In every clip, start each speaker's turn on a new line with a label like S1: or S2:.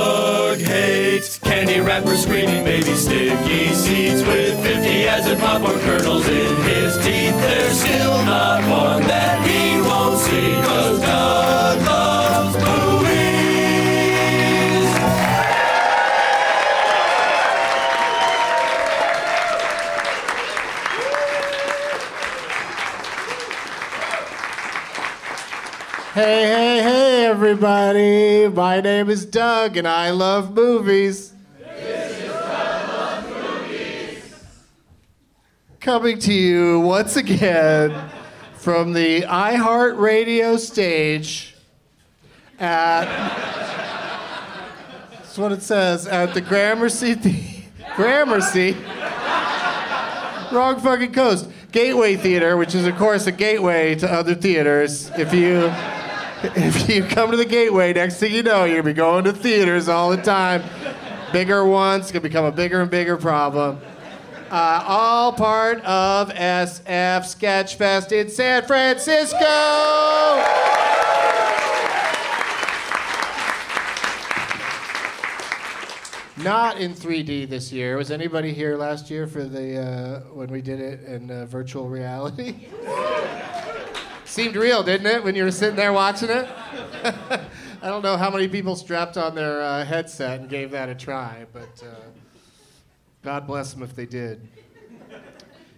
S1: Doug hates candy wrappers, screaming baby sticky seeds with 50 acid popcorn kernels in his teeth. There's still not one that he won't see 'cause Doug loves movies.
S2: Hey, hey, hey, everybody. My name is Doug and I love movies. This is Doug Loves Movies. Coming to you once again from the iHeartRadio stage at. That's what it says, at the Gramercy. The, Gramercy. Wrong fucking coast. Gateway Theater, which is, of course, a gateway to other theaters. If you if you come to the gateway, next thing you know, you're gonna be going to theaters all the time. Bigger ones gonna become a bigger and bigger problem. Uh, all part of SF Sketchfest in San Francisco. Not in 3D this year. Was anybody here last year for the uh, when we did it in uh, virtual reality? Seemed real, didn't it, when you were sitting there watching it? I don't know how many people strapped on their uh, headset and gave that a try, but uh, God bless them if they did.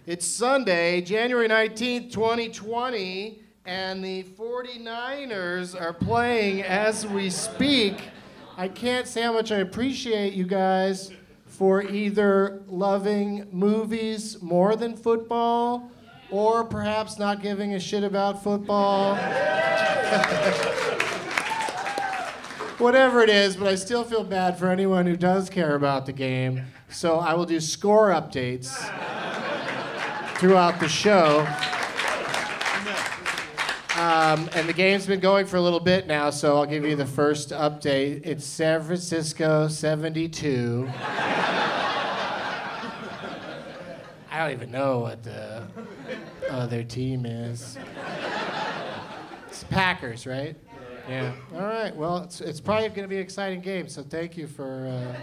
S2: It's Sunday, January 19th, 2020, and the 49ers are playing as we speak. I can't say how much I appreciate you guys for either loving movies more than football or perhaps not giving a shit about football. Whatever it is, but I still feel bad for anyone who does care about the game. So I will do score updates throughout the show. Um, and the game's been going for a little bit now, so I'll give you the first update. It's San Francisco 72. I don't even know what the other team is. It's Packers, right? Yeah. All right. Well, it's, it's probably going to be an exciting game. So thank you for uh,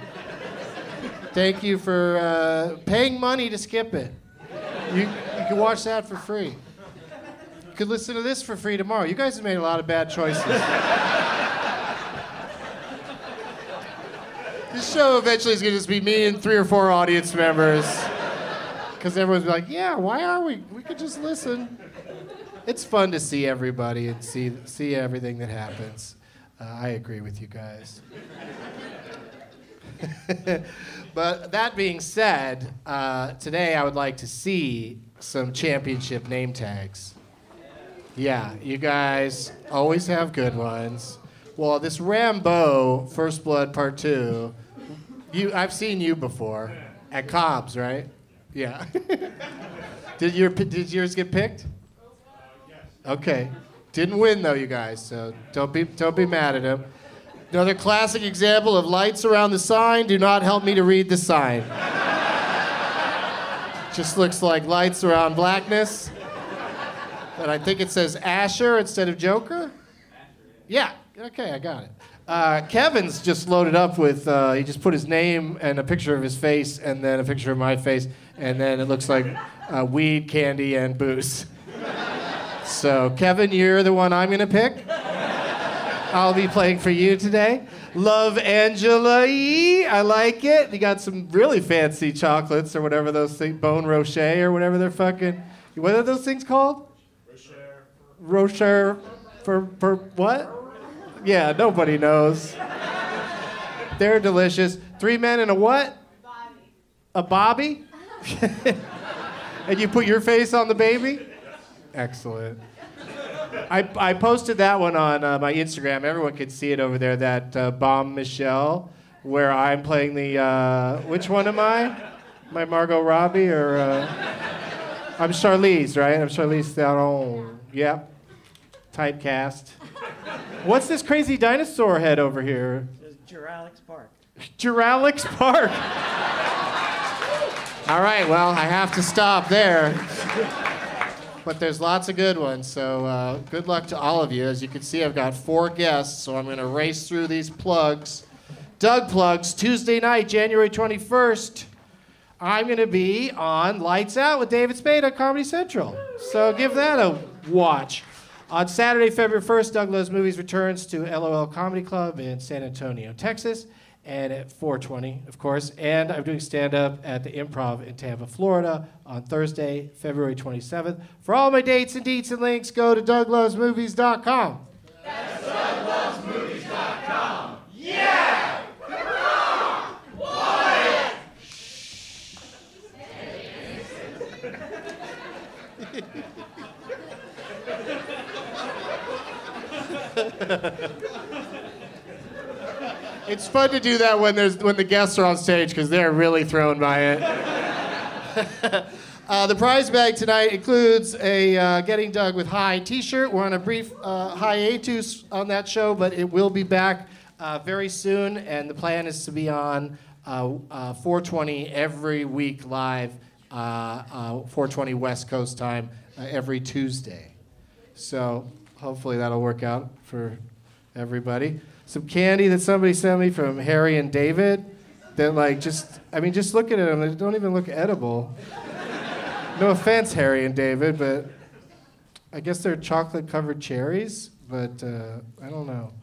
S2: thank you for uh, paying money to skip it. You, you can watch that for free. You could listen to this for free tomorrow. You guys have made a lot of bad choices. this show eventually is going to just be me and three or four audience members because everyone's like, yeah, why are we? We could just listen. It's fun to see everybody and see see everything that happens. Uh, I agree with you guys. but that being said, uh, today I would like to see some championship name tags. Yeah, you guys always have good ones. Well, this Rambo First Blood Part Two, you I've seen you before at Cobb's, right? Yeah. did your did yours get picked? Okay. Didn't win though, you guys. So don't be don't be mad at him. Another classic example of lights around the sign. Do not help me to read the sign. Just looks like lights around blackness. And I think it says Asher instead of Joker. Yeah. Okay, I got it. Uh, Kevin's just loaded up with. Uh, he just put his name and a picture of his face, and then a picture of my face, and then it looks like uh, weed, candy, and booze. So Kevin, you're the one I'm gonna pick. I'll be playing for you today. Love Angela E. I like it. You got some really fancy chocolates or whatever those things, Bone Rocher or whatever they're fucking. What are those things called? Rocher. Rocher for for what? Yeah, nobody knows. They're delicious. Three men and a what? A Bobby. and you put your face on the baby? Excellent. I, I posted that one on uh, my Instagram. Everyone could see it over there. That uh, bomb Michelle, where I'm playing the uh, which one am I? My Margot Robbie or uh, I'm Charlize, right? I'm Charlize Theron. Yep. Typecast. What's this crazy dinosaur head over here?
S3: It's Jurassic Park.
S2: Juralix Park. All right, well, I have to stop there. But there's lots of good ones, so uh, good luck to all of you. As you can see, I've got four guests, so I'm going to race through these plugs Doug plugs Tuesday night, January 21st. I'm going to be on Lights Out with David Spade on Comedy Central. So give that a watch. On Saturday, February 1st, Doug Loves Movies returns to LOL Comedy Club in San Antonio, Texas, and at 420, of course. And I'm doing stand-up at the Improv in Tampa, Florida on Thursday, February 27th. For all my dates and deets and links, go to douglovesmovies.com. It's fun to do that when there's when the guests are on stage because they're really thrown by it. Uh, the prize bag tonight includes a uh, Getting Doug with High T-shirt. We're on a brief uh, hiatus on that show, but it will be back uh, very soon, and the plan is to be on uh, uh, 420 every week live, uh, uh, 420 West Coast time uh, every Tuesday. So hopefully that'll work out for everybody. Some candy that somebody sent me from Harry and David. That like just I mean just looking at them, they don't even look edible. No offense, Harry and David, but I guess they're chocolate covered cherries. But uh, I don't know.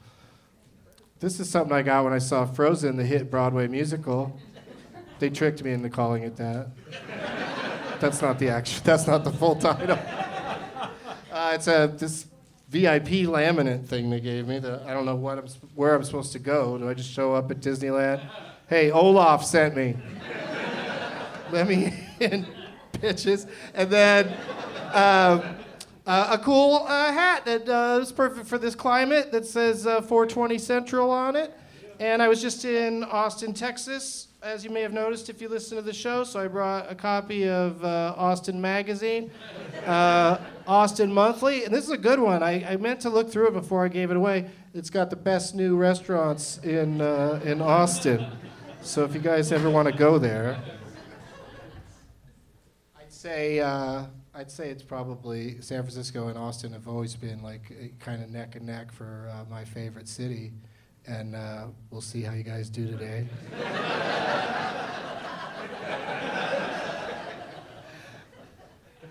S2: This is something I got when I saw Frozen, the hit Broadway musical. They tricked me into calling it that. That's not the actual. That's not the full title. Uh, it's a this VIP laminate thing they gave me. That I don't know what I'm, sp- where I'm supposed to go. Do I just show up at Disneyland? Hey, Olaf sent me. Let me in, bitches. And then um, uh, a cool uh, hat that uh, is perfect for this climate that says uh, 420 Central on it. And I was just in Austin, Texas, as you may have noticed if you listen to the show. So I brought a copy of uh, Austin Magazine uh, Austin Monthly, and this is a good one. I, I meant to look through it before I gave it away. It's got the best new restaurants in uh, in Austin, so if you guys ever want to go there, I'd say uh, I'd say it's probably San Francisco and Austin have always been like kind of neck and neck for uh, my favorite city, and uh, we'll see how you guys do today.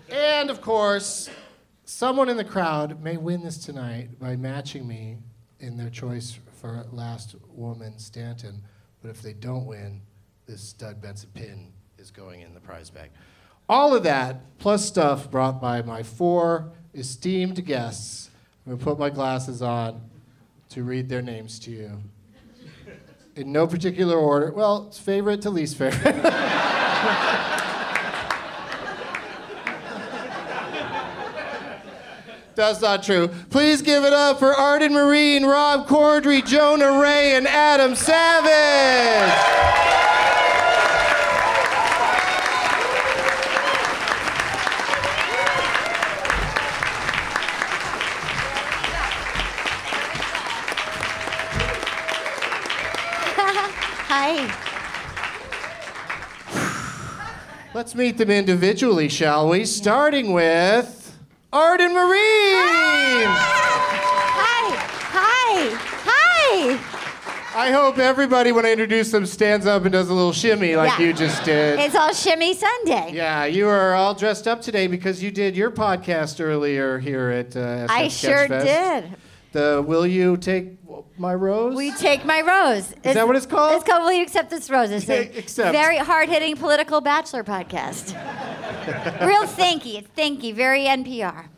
S2: And of course, someone in the crowd may win this tonight by matching me in their choice for last woman Stanton. But if they don't win, this stud Benson pin is going in the prize bag. All of that, plus stuff brought by my four esteemed guests. I'm going to put my glasses on to read their names to you. In no particular order. Well, it's favorite to least favorite. That's not true. Please give it up for Arden Marine, Rob Cordry, Jonah Ray, and Adam Savage.
S3: Hi.
S2: Let's meet them individually, shall we? Starting with Arden Marine.
S3: Hi. Hi. Hi.
S2: I hope everybody, when I introduce them, stands up and does a little shimmy like
S3: Yeah.
S2: you just did.
S3: It's all Shimmy Sunday.
S2: yeah, you are all dressed up today because you did your podcast earlier here at uh,
S3: I
S2: SF
S3: sure
S2: Sketchfest.
S3: did.
S2: The Will You Take My Rose?
S3: We take my rose. Is
S2: that what it's called?
S3: It's called Will You Accept This Rose? It's a
S2: Accept.
S3: very hard-hitting political bachelor podcast. Real thanky. It's thanky. Very NPR.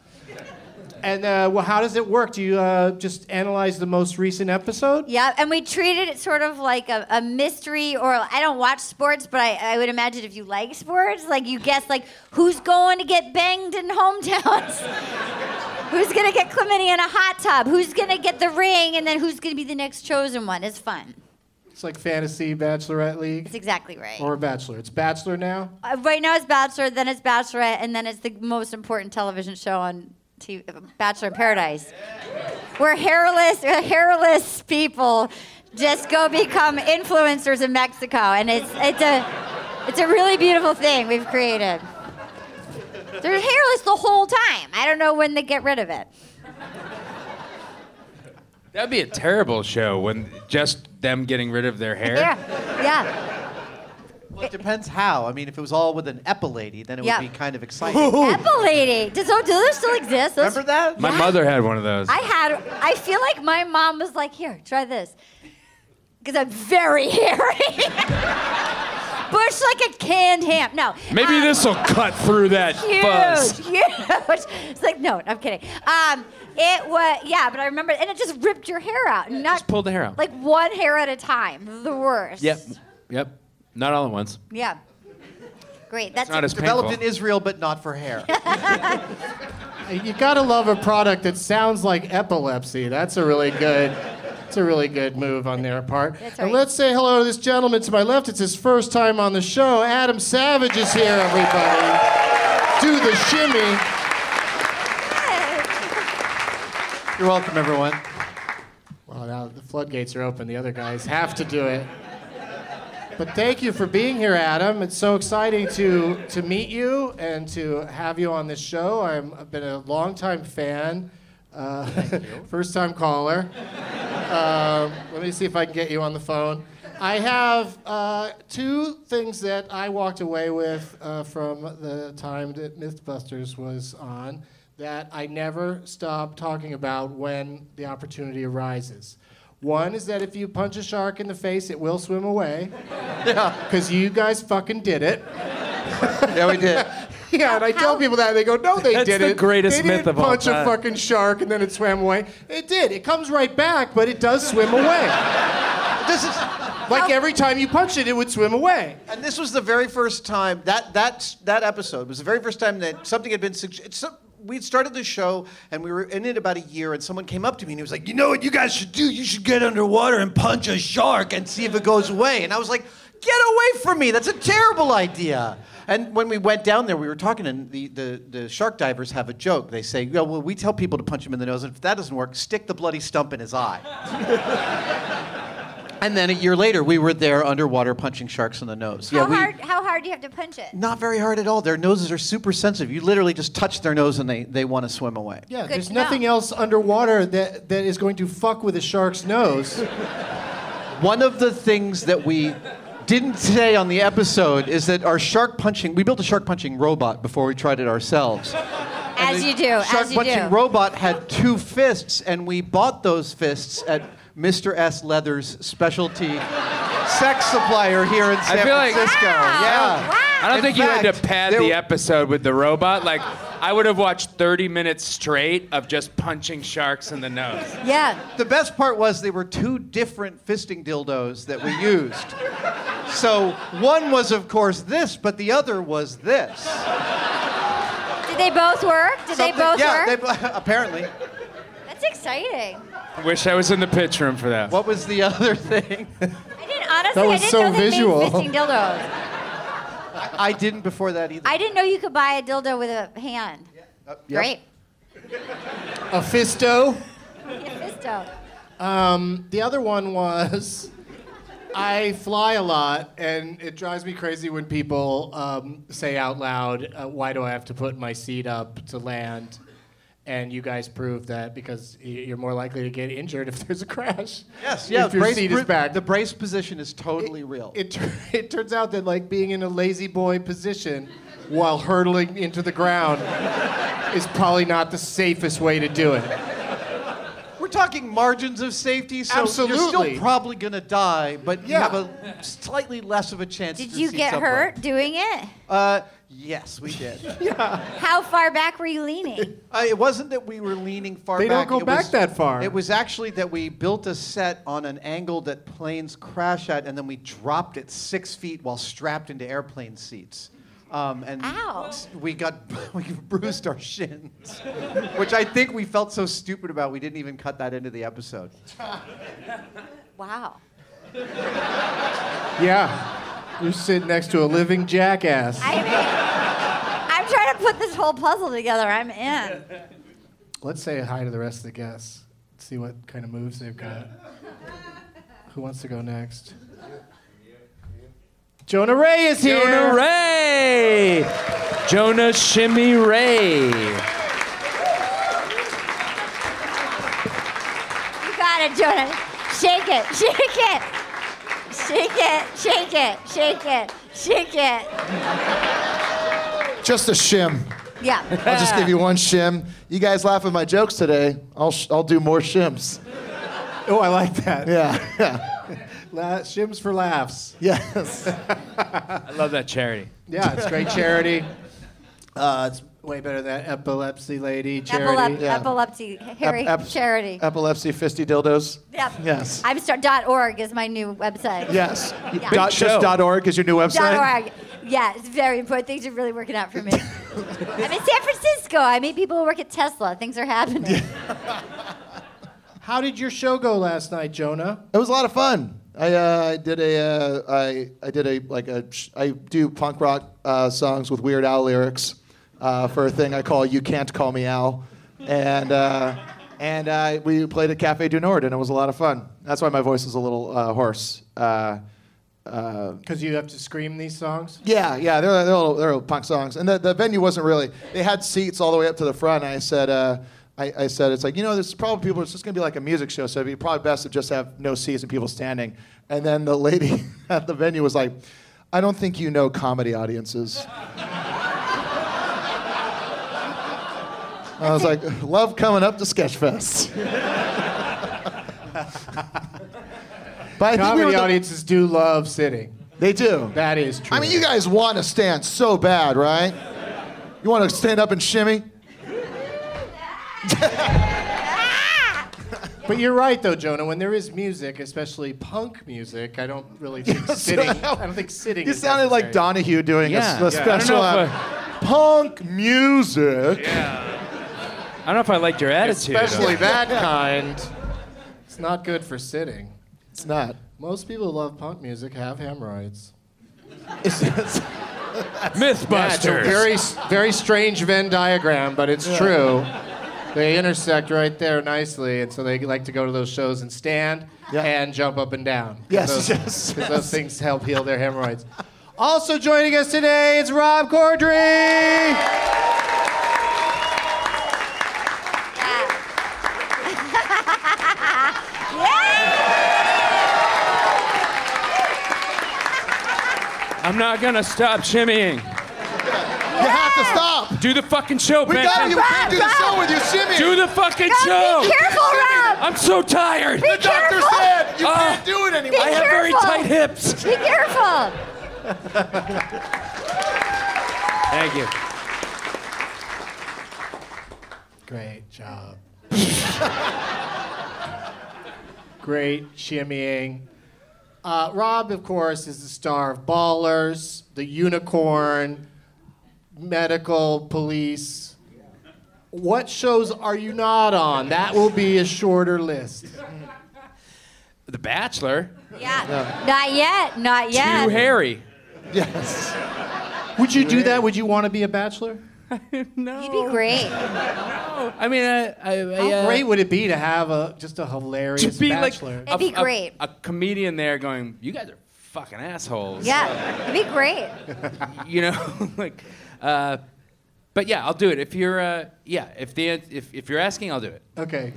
S2: And uh, well, how does it work? Do you uh, just analyze the most recent episode?
S3: Yeah, and we treated it sort of like a, a mystery, or I don't watch sports, but I, I would imagine if you like sports, like you guess like who's going to get banged in hometowns, who's gonna get chlamydia in a hot tub, who's gonna get the ring, and then who's gonna be the next chosen one. It's fun.
S2: It's like fantasy bachelorette league
S3: It's exactly right.
S2: or bachelor. It's bachelor now.
S3: Uh, right now it's Bachelor, then it's Bachelorette, and then it's the most important television show on TV, Bachelor in Paradise. We're hairless, we're hairless people just go become influencers in Mexico, and it's it's a it's a really beautiful thing we've created. They're hairless the whole time. I don't know when they get rid of it.
S4: That'd be a terrible show when just them getting rid of their hair.
S3: Yeah, yeah.
S5: Well, it depends how. I mean, if it was all with an epilady, then it
S3: Yeah.
S5: would be kind of exciting.
S3: Apple lady. Does, oh, do those still exist? Those-
S5: Remember that?
S4: My mother had one of those.
S3: I had. I feel like my mom was like, "Here, try this," because I'm very hairy. Bush like a canned ham. No.
S4: Maybe
S3: um,
S4: this will cut through that
S3: huge,
S4: fuzz.
S3: huge. It's like no, I'm kidding. Um, it was yeah, but I remember, and it just ripped your hair out. Not
S4: just pulled the hair out.
S3: Like one hair at a time. The worst.
S4: Yep. Yep. Not all at once.
S3: Yeah. Great. That's,
S4: It's not as
S5: Developed
S4: painful.
S5: in Israel, but not for hair.
S2: You gotta love a product that sounds like epilepsy. That's a really good. That's a really good move on their part.
S3: That's
S2: And
S3: right.
S2: let's say hello to this gentleman to my left. It's his first time on the show. Adam Savage is here, everybody. Do the shimmy.
S5: You're welcome, everyone.
S2: Well, now the floodgates are open. The other guys have to do it. But thank you for being here, Adam. It's so exciting to, to meet you and to have you on this show. I'm, I've been a longtime fan, uh, first time caller. Um, let me see if I can get you on the phone. I have uh, two things that I walked away with uh, from the time that Mythbusters was on that I never stop talking about when the opportunity arises. One is that if you punch a shark in the face, it will swim away. Because you guys fucking did it.
S5: Yeah, we did.
S2: Yeah, and I tell people that, and they go, "No, they
S4: That's
S2: didn't."
S4: the greatest
S2: they
S4: myth
S2: didn't
S4: of all
S2: punch a
S4: time.
S2: fucking shark and then it swam away. It did. It comes right back, but it does swim away.
S5: This is,
S2: Like every time you punch it, it would swim away.
S5: and this was the very first time that that that episode was the very first time that something had been suggested. We'd started the show and we were in it about a year, and someone came up to me and he was like, "You know what you guys should do? You should get underwater and punch a shark and see if it goes away." And I was like, "Get away from me! That's a terrible idea." And when we went down there, we were talking, and the, the, the shark divers have a joke. They say, "Yeah, well, we tell people to punch him in the nose, and if that doesn't work, stick the bloody stump in his eye." and then a year later, we were there underwater punching sharks in the nose.
S3: how
S5: we-
S3: hard? How hard do you have to punch it?
S5: not very hard at all. Their noses are super sensitive. You literally just touch their nose and they, they want to swim away.
S2: Yeah,
S3: Good
S2: there's
S3: to know.
S2: nothing else underwater that, that is going to fuck with a shark's nose.
S5: One of the things that we didn't say on the episode is that our shark punching, we built a shark punching robot before we tried it ourselves.
S3: As
S5: the
S3: you do.
S5: Shark
S3: As you
S5: punching
S3: do.
S5: robot had two fists, and we bought those fists at Mr. S. Leather's specialty sex supplier here in San
S4: feel like-
S5: Francisco.
S3: Wow.
S5: Yeah.
S3: Wow.
S4: I don't
S5: In
S4: think you had to
S5: fact,
S4: pad
S5: there
S4: the
S5: w-
S4: episode with the robot. Like, I would have watched 30 minutes straight of just punching sharks in the nose.
S3: Yeah.
S5: The best part was they were two different fisting dildos that we used. So one was, of course, this, but the other was this.
S3: Did they both work? Did they
S5: Something-
S3: both
S5: yeah,
S3: work?
S5: they- apparently.
S3: That's exciting.
S4: Wish I was in the pitch room for that.
S5: What was the other thing?
S3: I didn't honestly.
S2: That
S3: I
S2: was
S3: didn't
S2: so
S3: know they
S2: visual.
S3: made fisting dildos.
S5: I didn't before that either.
S3: I didn't know you could buy a dildo with a hand.
S5: Uh, yep.
S3: Great.
S2: A fisto.
S3: Yeah, fisto.
S2: The other one was I fly a lot, and it drives me crazy when people um, say out loud, uh, Why do I have to put my seat up to land? And you guys prove that because y- you're more likely to get injured if there's a crash.
S5: Yes, yeah.
S2: If your
S5: brace-
S2: seat is back.
S5: The brace position is totally real.
S2: It, tur- it turns out that like being in a lazy boy position while hurtling into the ground is probably not the safest way to do it.
S5: We're talking margins of safety, so you're
S2: Absolutely.
S5: still probably gonna die, but you
S2: Yeah.
S5: have a slightly less of a chance.
S3: Did
S5: to
S3: you
S5: see
S3: get
S5: someone.
S3: hurt doing it?
S5: Uh, yes, we did.
S3: How far back were you leaning?
S5: Uh, it wasn't that we were leaning far
S2: They don't
S5: back.
S2: go
S5: It
S2: back
S5: was-
S2: that far.
S5: It was actually that we built a set on an angle that planes crash at, and then we dropped it six feet while strapped into airplane seats. Um, and
S3: Ow.
S5: we got we bruised our shins, which I think we felt so stupid about we didn't even cut that into the episode.
S3: Wow.
S2: Yeah. You're sitting next to a living jackass.
S3: I mean, I'm trying to put this whole puzzle together. I'm in.
S2: Let's say hi to the rest of the guests. See what kind of moves they've got. Who wants to go next? Jonah Ray is here.
S4: Jonah Ray! Jonah Shimmy Ray.
S3: You got it, Jonah. Shake it, shake it. Shake it, shake it, shake it, shake it.
S5: Just a shim.
S3: Yeah.
S5: I'll just give you one shim. You guys laugh at my jokes today. I'll, sh- I'll do more shims.
S2: Oh, I like that.
S5: Yeah, yeah,
S2: La- shims for laughs.
S5: yes.
S4: I love that charity.
S2: Yeah, it's great charity. Uh, it's way better than that epilepsy lady charity.
S3: Epilep-
S5: yeah.
S3: Epilepsy, Harry,
S5: Ep- ep-
S3: charity.
S5: Epilepsy, fisty dildos.
S3: Yep.
S5: Yes.
S3: I'm start, dot org is my new website.
S5: Yes.
S3: Yeah.
S5: Dot,
S4: show.
S5: just dot org is your new website?
S3: Dot org. Yeah, it's very important. Things are really working out for me. I'm in San Francisco. I meet people who work at Tesla. Things are happening.
S2: How did your show go last night, Jonah?
S5: It was a lot of fun. I, uh, I did a uh, I, I did a like a sh- I do punk rock uh, songs with Weird Al lyrics uh, for a thing I call "You Can't Call Me Al," and uh, and uh, we played at Cafe du Nord and it was a lot of fun. That's why my voice is a little uh, hoarse. Uh, uh,
S2: Because you have to scream these songs.
S5: yeah, yeah, they're they're all, they're all punk songs, and the, the venue wasn't really. They had seats all the way up to the front. And I said, uh, I, I said, it's like you know, there's probably people. It's just gonna be like a music show, so it'd be probably best to just have no seats and people standing. And then the lady at the venue was like, I don't think you know comedy audiences. I was like, love coming up to Sketchfest. but I think we
S2: Comedy
S5: were the-
S2: audiences do love sitting.
S5: they do.
S2: That is true.
S5: I mean, you guys want to stand so bad, right? You want to stand up and shimmy?
S2: But you're right though, Jonah. When there is music, especially punk music, I don't really think sitting. I don't think sitting.
S5: You
S2: is
S5: sounded like
S2: necessary.
S5: Donahue doing a s- a,
S4: Yeah. Yeah. I don't
S5: special
S4: know if
S5: on punk music.
S4: I don't know if I liked your attitude.
S2: Especially that kind. It's not good for sitting.
S5: It's not.
S2: Most people who love punk music have hemorrhoids.
S5: It's, it's-
S2: It's a
S4: Mythbusters.
S2: very, s- very strange Venn diagram, but it's true. They intersect right there nicely, and so they like to go to those shows and stand
S5: Yeah.
S2: and jump up and down. 'Cause
S5: Yes,
S2: those,
S5: yes,
S2: 'cause
S5: yes.
S2: those things help heal their hemorrhoids. also joining us today is Rob Cordry.
S4: I'm not gonna stop shimmying.
S5: you have to stop.
S4: Do the fucking show,
S5: We got you. We
S4: Benson.
S5: can't do the show with your shimmy.
S4: Do the fucking
S3: God, be
S4: show.
S3: careful, Rob.
S4: I'm so tired.
S5: the doctor
S3: careful.
S5: said you
S4: Ah.
S5: can't do it anymore.
S4: I have very
S3: careful.
S4: tight hips.
S3: Be careful.
S4: Thank you.
S2: Great job. Great shimmying. Uh, Rob, of course, is the star of Ballers, The Unicorn, Medical Police. What shows are you not on? That will be a shorter list.
S4: The Bachelor.
S3: Yeah. Not yet. Not yet.
S4: Too hairy.
S5: Yes.
S2: Would you do that? Would you want to be a bachelor?
S4: No.
S3: You'd be great.
S4: I mean, I. I,
S2: How
S4: I uh,
S2: great would it be to have a just a hilarious
S4: to be like
S2: bachelor?
S4: a-
S3: It'd be
S4: a-
S3: great.
S4: A, comedian there going, you guys are fucking assholes.
S3: Yeah. It'd be great.
S4: You know, like, uh, but yeah, I'll do it. If you're, uh, yeah, if the if, if you're asking, I'll do it.
S2: okay.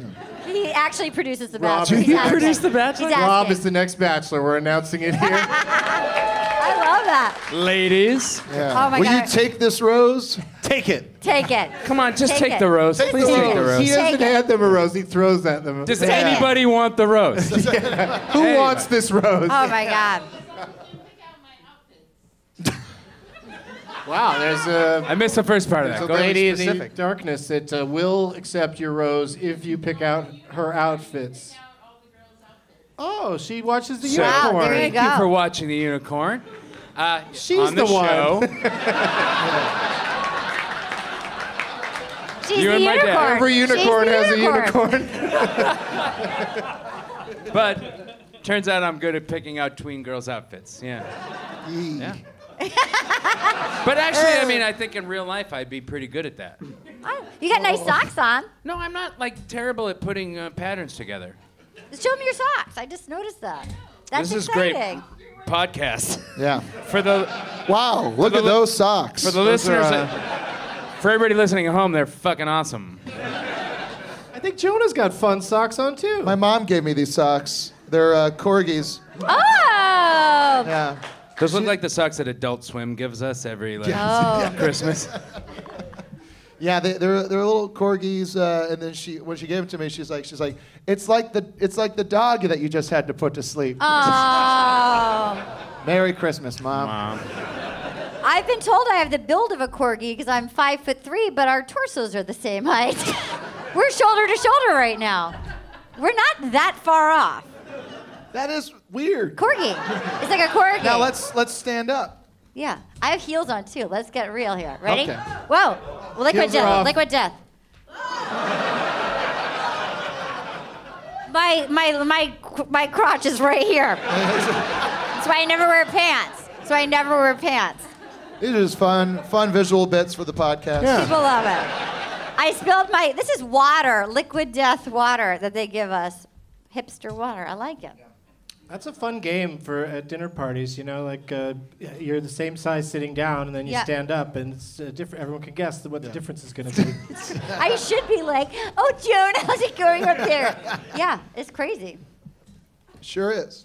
S3: He actually produces The
S2: Rob-
S3: Bachelor.
S2: Do
S3: He's
S2: you
S3: asking.
S4: produce The Bachelor?
S3: He's
S2: Rob
S3: asking.
S2: is the next bachelor. We're announcing it here.
S3: I love that.
S4: Ladies,
S5: Yeah.
S3: Oh my
S5: Will
S3: God.
S5: you take this rose? Take it.
S3: Take it.
S4: come on, just
S3: Take
S4: take,
S3: it.
S4: the rose.
S5: Take the
S4: Please take
S5: rose.
S4: the
S2: He
S4: rose.
S2: doesn't
S3: Take it.
S2: hand them a rose. He throws at them.
S4: Does
S3: it.
S4: anybody want the rose?
S2: Who wants this rose?
S3: Oh my God.
S2: Wow, there's uh, a,
S4: I missed the first part of
S2: there's
S4: that.
S2: a
S4: Go
S2: lady
S4: ahead.
S2: in the darkness that uh, will accept your rose if you pick out her outfits. Oh, she watches the
S4: So-
S2: unicorn.
S3: Wow, there you
S4: Thank
S3: go.
S4: you for watching the unicorn. Uh,
S2: She's
S4: on the,
S2: the one.
S4: Show,
S3: She's
S4: You
S3: the
S4: and my dad.
S3: unicorn.
S2: Every
S3: She's the
S2: unicorn has a unicorn.
S4: but turns out I'm good at picking out tween girls' outfits. Yeah. Yeah. but actually, I mean, I think in real life I'd be pretty good at that.
S3: Oh, You got nice socks on.
S4: No, I'm not like terrible at putting uh, patterns together.
S3: Show me your socks. I just noticed that. That's
S4: this is
S3: exciting.
S4: great podcast
S5: Yeah.
S4: for the
S5: Wow, look at
S4: the-
S5: those socks.
S4: for the
S5: Those are,
S4: listeners.
S5: uh,
S4: that- for everybody listening at home, they're fucking awesome.
S2: I think Jonah's got fun socks on too.
S6: My mom gave me these socks. They're uh, corgis.
S3: Oh!
S6: Yeah.
S4: Those look like the socks that Adult Swim gives us every like
S3: Oh.
S4: Christmas.
S6: Yeah, they, they're they're little corgis, uh, and then she when she gave it to me, she's like she's like it's like the it's like the dog that you just had to put to sleep.
S2: Uh,
S3: Oh.
S6: Merry Christmas, mom.
S3: I've been told I have the build of a corgi because I'm five foot three, but our torsos are the same height. We're shoulder to shoulder right now. We're not that far off.
S6: That is weird.
S3: Corgi. It's like a corgi.
S6: Now let's let's stand up.
S3: Yeah, I have heels on too. Let's get real here. Ready?
S6: Okay.
S3: Whoa! Liquid
S6: Heels are
S3: death.
S6: off.
S3: Liquid death. my my my my crotch is right here. That's why I never wear pants. That's why I never wear pants.
S6: These are just fun fun visual bits for the podcast.
S2: Yeah.
S3: People love it. I spilled my. This is water, liquid death water that they give us. Hipster water. I like it.
S2: That's a fun game for at dinner parties. You know, like uh, you're the same size sitting down, and then you
S3: Yeah.
S2: stand up, and it's uh, different. Everyone can guess what the difference is going to be.
S3: I should be like, oh, Jonah, how's it going up there? Yeah, it's crazy.
S6: Sure is.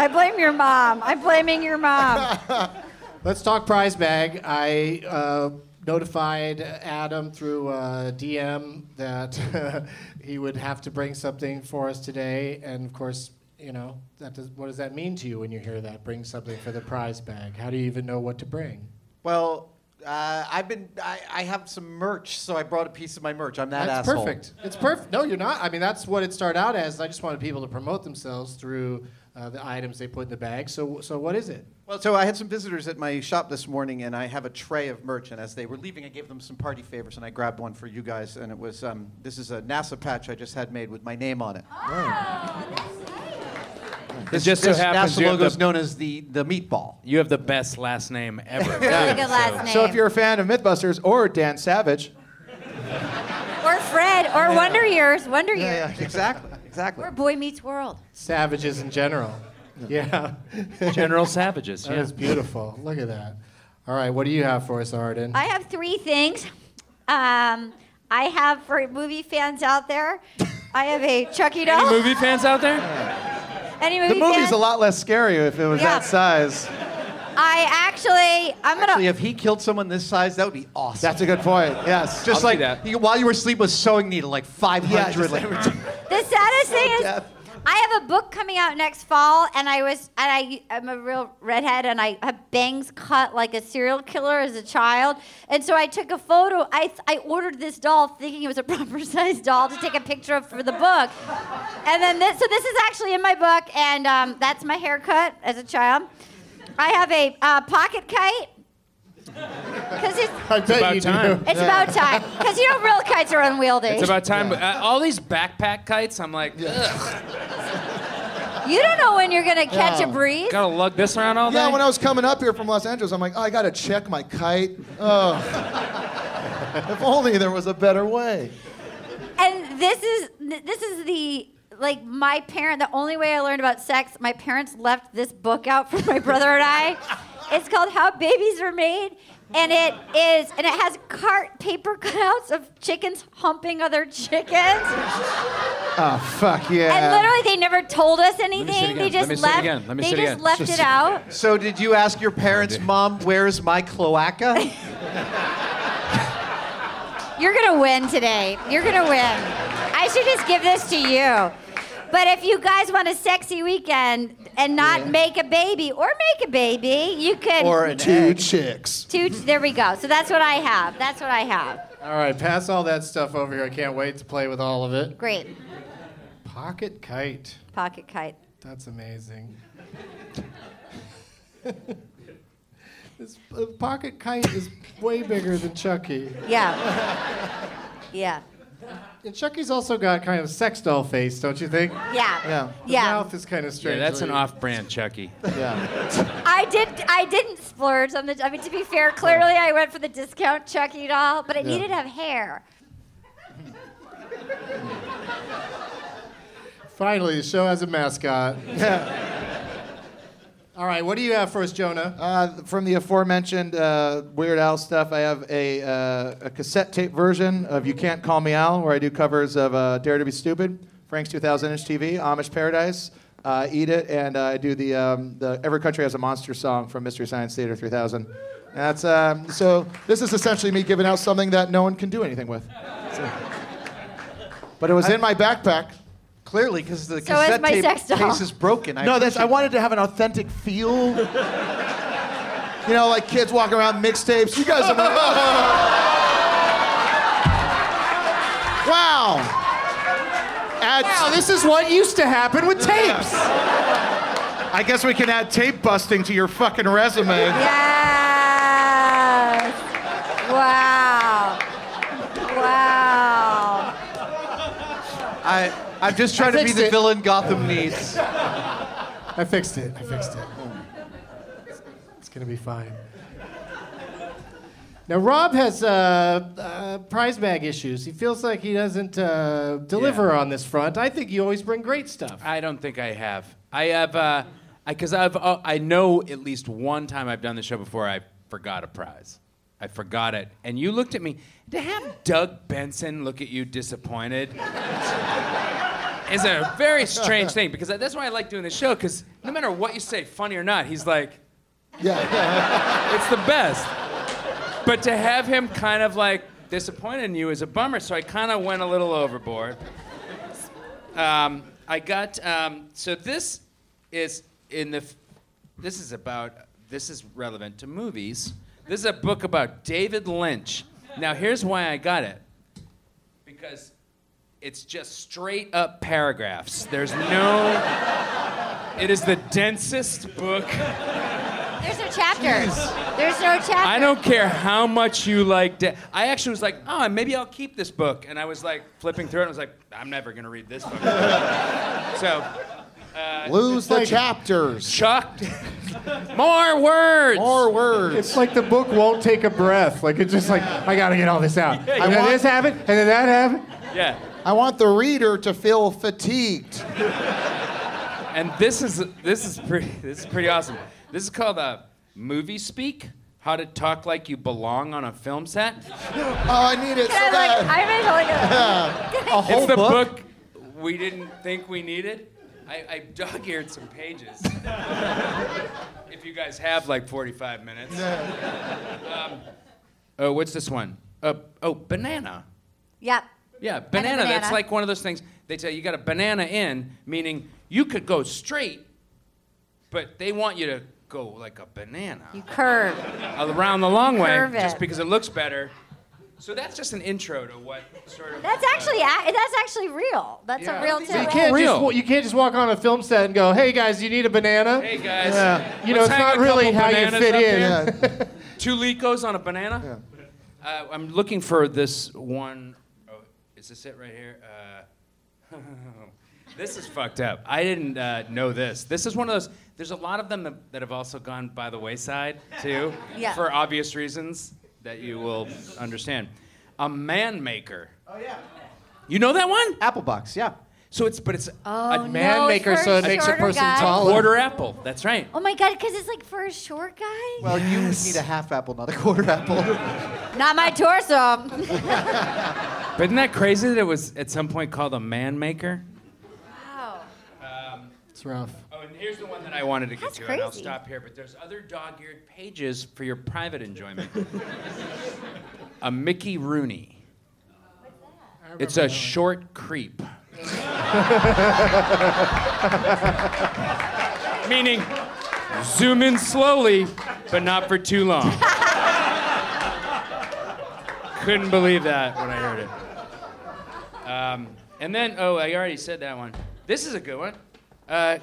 S3: I blame your mom. I'm blaming your mom.
S2: Let's talk prize bag. I uh, notified Adam through uh, DM that he would have to bring something for us today, and of course, you know, that does, what does that mean to you when you hear that? Bring something for the prize bag. How do you even know what to bring?
S5: Well, uh, I've been. I, I have some merch, so I brought a piece of my merch. I'm that
S2: that's
S5: asshole.
S2: perfect. It's perfect. No, you're not. I mean, that's what it started out as. I just wanted people to promote themselves through uh, the items they put in the bag. So, so what is it?
S5: Well, so I had some visitors at my shop this morning, and I have a tray of merch. And as they were leaving, I gave them some party favors, and I grabbed one for you guys. And it was um, this is a NASA patch I just had made with my name on it.
S4: It just so
S5: this
S4: happens
S5: NASA
S4: you have,
S5: logo is
S4: the,
S5: known as the the meatball.
S4: you have the best last name ever.
S3: Really
S4: too,
S3: good
S4: so-
S3: last name.
S6: So if you're a fan of MythBusters or Dan Savage,
S3: or Fred, or Wonder Years, Wonder Years,
S5: exactly. Exactly.
S3: or Boy Meets World.
S2: Savages in general. Yeah,
S4: General Savages.
S2: that
S4: Yeah.
S2: is beautiful. Look at that. All right, what do you have for us, Arden?
S3: I have three things. Um, I have for movie fans out there. I have a Chucky doll.
S4: Any movie fans out there?
S3: Any movie
S6: the movie's
S3: fans?
S6: a lot less scary if it was
S3: Yeah.
S6: that size.
S3: I actually, I'm gonna.
S5: Actually, if he killed someone this size, that would be awesome.
S6: That's a good point. Yes.
S5: just
S4: I'll
S5: like
S4: see that.
S5: you- while you were asleep with sewing needle, like 500.
S6: Yeah, just
S5: like-
S3: The saddest thing is,
S6: death.
S3: I have a book coming out next fall, and I was, and I, I'm a real redhead, and I have bangs cut like a serial killer as a child, and so I took a photo. I, I ordered this doll thinking it was a proper size doll to take a picture of for the book, and then this, so this is actually in my book, and um, that's my haircut as a child. I have a uh, pocket kite. Because it's,
S2: I bet
S4: about
S2: you do.
S4: time.
S3: it's about time. Because you know, real kites are unwieldy.
S4: It's about time. Uh, all these backpack kites, I'm like, ugh,
S3: you don't know when you're going to catch
S6: Yeah.
S3: a breeze.
S4: gotta lug this around all
S6: Yeah,
S4: day.
S6: when I was coming up here from Los Angeles, I'm like, oh, I gotta check my kite. Oh. if only there was a better way.
S3: and this is this is the like my parent the only way i learned about sex my parents left this book out for my brother and i it's called how babies are made and it is and it has cart paper cutouts of chickens humping other chickens
S6: Oh fuck yeah.
S3: and literally they never told us
S4: me see it
S3: anything they just
S4: again. Let me see it
S3: left
S4: again. Let me
S3: they
S4: see it
S3: just
S4: again.
S3: left
S4: Just-
S3: it out
S5: so, did you ask your parents,
S4: dear.
S5: Mom, where's my cloaca?
S3: You're gonna win today. You're gonna win. I should just give this to you. But if you guys want a sexy weekend and not make a baby or make a baby, you could
S5: or an
S6: two
S5: egg?
S6: chicks.
S3: two. There we go. So that's what I have. That's what I have.
S2: All right, pass all that stuff over here. I can't wait to play with all of it.
S3: Great
S2: Pocket kite.
S3: pocket kite.
S2: That's amazing. this uh, pocket kite is way bigger than Chucky.
S3: Yeah. Yeah.
S2: And Chucky's also got kind of sex doll face, don't you think?
S3: Yeah.
S6: Yeah.
S2: The mouth is kind of
S4: yeah,
S2: strange.
S4: that's an off-brand Chucky.
S6: Yeah.
S3: I did. I didn't splurge on the. I mean, to be fair, clearly I went for the discount Chucky doll, but it
S6: Yeah.
S3: needed to have hair.
S2: Finally, the show has a mascot.
S6: yeah.
S2: All right, what do you have for us, Jonah?
S6: Uh, from the aforementioned uh, Weird Al stuff, I have a, uh, a cassette tape version of You Can't Call Me Al, where I do covers of uh, Dare to Be Stupid, Frank's 2000 Inch TV, Amish Paradise, uh, Eat It, and uh, I do the, um, the Every Country Has a Monster song from Mystery Science Theater 3000. And that's, um, so this is essentially me giving out something that no one can do anything with. So- but it was in my backpack.
S5: Clearly, because the
S3: So is
S5: cassette
S3: my
S5: tape
S3: sex doll.
S5: case is broken. I
S6: No, that's. I
S5: appreciate
S6: wanted to have an authentic feel. you know, like kids walking around mixtapes. You guys are. wow. Add-
S2: Wow, this is what used to happen with tapes.
S6: I guess we can add tape busting to your fucking resume.
S3: Yes. Wow. Wow.
S5: I, I'm just trying to be
S2: fixed
S5: the
S2: it.
S5: villain Gotham needs.
S2: I fixed it. I fixed it. It's gonna be fine. Now Rob has uh, uh, prize bag issues. He feels like he doesn't uh, deliver
S4: Yeah.
S2: on this front. I think you always bring great stuff.
S4: I don't think I have. I have, uh, I, cause I've, uh, I know at least one time I've done the show before I forgot a prize. I forgot it. And you looked at me. To have Doug Benson look at you disappointed is a very strange thing because that's why I like doing the show because no matter what you say, funny or not, he's like,
S6: Yeah.
S4: it's the best. But to have him kind of like disappointed in you is a bummer, so I kind of went a little overboard. Um, I got um, so this is in the f- this is about this is relevant to movies. This is a book about David Lynch. Now here's why I got it. Because it's just straight up paragraphs. There's no It is the densest book
S3: There's no chapter. There's no chapter.
S4: I don't care how much you like. Da- I actually was like, oh, maybe I'll keep this book. And I was like flipping through it. and I was like, I'm never gonna read this book. so
S6: Lose the chapters.
S4: chucked. More words.
S6: More words.
S2: It's like the book won't take a breath. Like it's just like I gotta get all this out.
S4: yeah.
S2: And
S6: I
S2: then
S6: want-
S2: this happened, and then that happened.
S4: Yeah.
S6: I want the reader to feel fatigued.
S4: And this is this is pretty this is pretty awesome. This is called uh, movie speak. How to talk like you belong on a film set.
S6: Oh, I need it so
S3: And I'm like, I'm
S6: bad.
S3: in Hollywood.
S6: A whole
S4: It's the
S6: book?
S4: book we didn't think we needed. I, I dog-eared some pages. if you guys have like 45 minutes. Oh, what's this one? Uh, oh, banana.
S3: Yep.
S4: Yeah, banana. That's
S3: banana.
S4: like one of those things they tell you you got a banana in, meaning you could go straight, but they want you to go like a banana
S3: You curve.
S4: around the long way
S3: Curve it.
S4: just because it looks better. So that's just an intro to what sort of.
S3: That's actually a- that's actually real. That's
S4: Yeah.
S3: a real
S4: So you
S3: tip.
S2: You can't
S4: Real.
S2: just wa- you can't just walk on a film set and go, "Hey guys, you need a banana."
S4: Hey guys,
S6: Yeah.
S2: You know,
S4: let's
S2: it's
S4: hang
S2: not
S4: a
S2: really
S4: couple
S2: how you
S4: bananas
S2: fit
S4: up
S2: in.
S4: there.
S6: Yeah.
S4: Two Licos on a banana? Uh, I'm looking for this one oh is this it right here? Uh, this is fucked up. I didn't uh, know this. This is one of those. There's a lot of them that, that have also gone by the wayside too,
S3: Yeah.
S4: for obvious reasons that you will understand. A man maker. Oh yeah. You know that one?
S5: Apple box, yeah.
S4: So it's but it's
S3: Oh,
S4: a
S2: Man
S3: no, it's
S2: maker,
S3: for
S2: so it makes a
S3: shorter
S2: person
S3: guys.
S2: taller.
S4: quarter apple. That's right.
S3: Oh my god, because it's like for a short guy.
S5: Well, you would need a half apple, not a quarter apple.
S3: Not my torso.
S4: But isn't that crazy that it was at some point called a man maker?
S3: wow.
S2: It's rough.
S4: Oh, and here's the one that I wanted to get
S3: That's
S4: to, and I'll
S3: crazy.
S4: stop here. But there's other dog-eared pages for your private enjoyment. a Mickey Rooney. It's a short creep. Meaning, zoom in slowly, but not for too long. Couldn't believe that when I heard it. Um, and then, oh, I already said that one. This is a good one. Uh,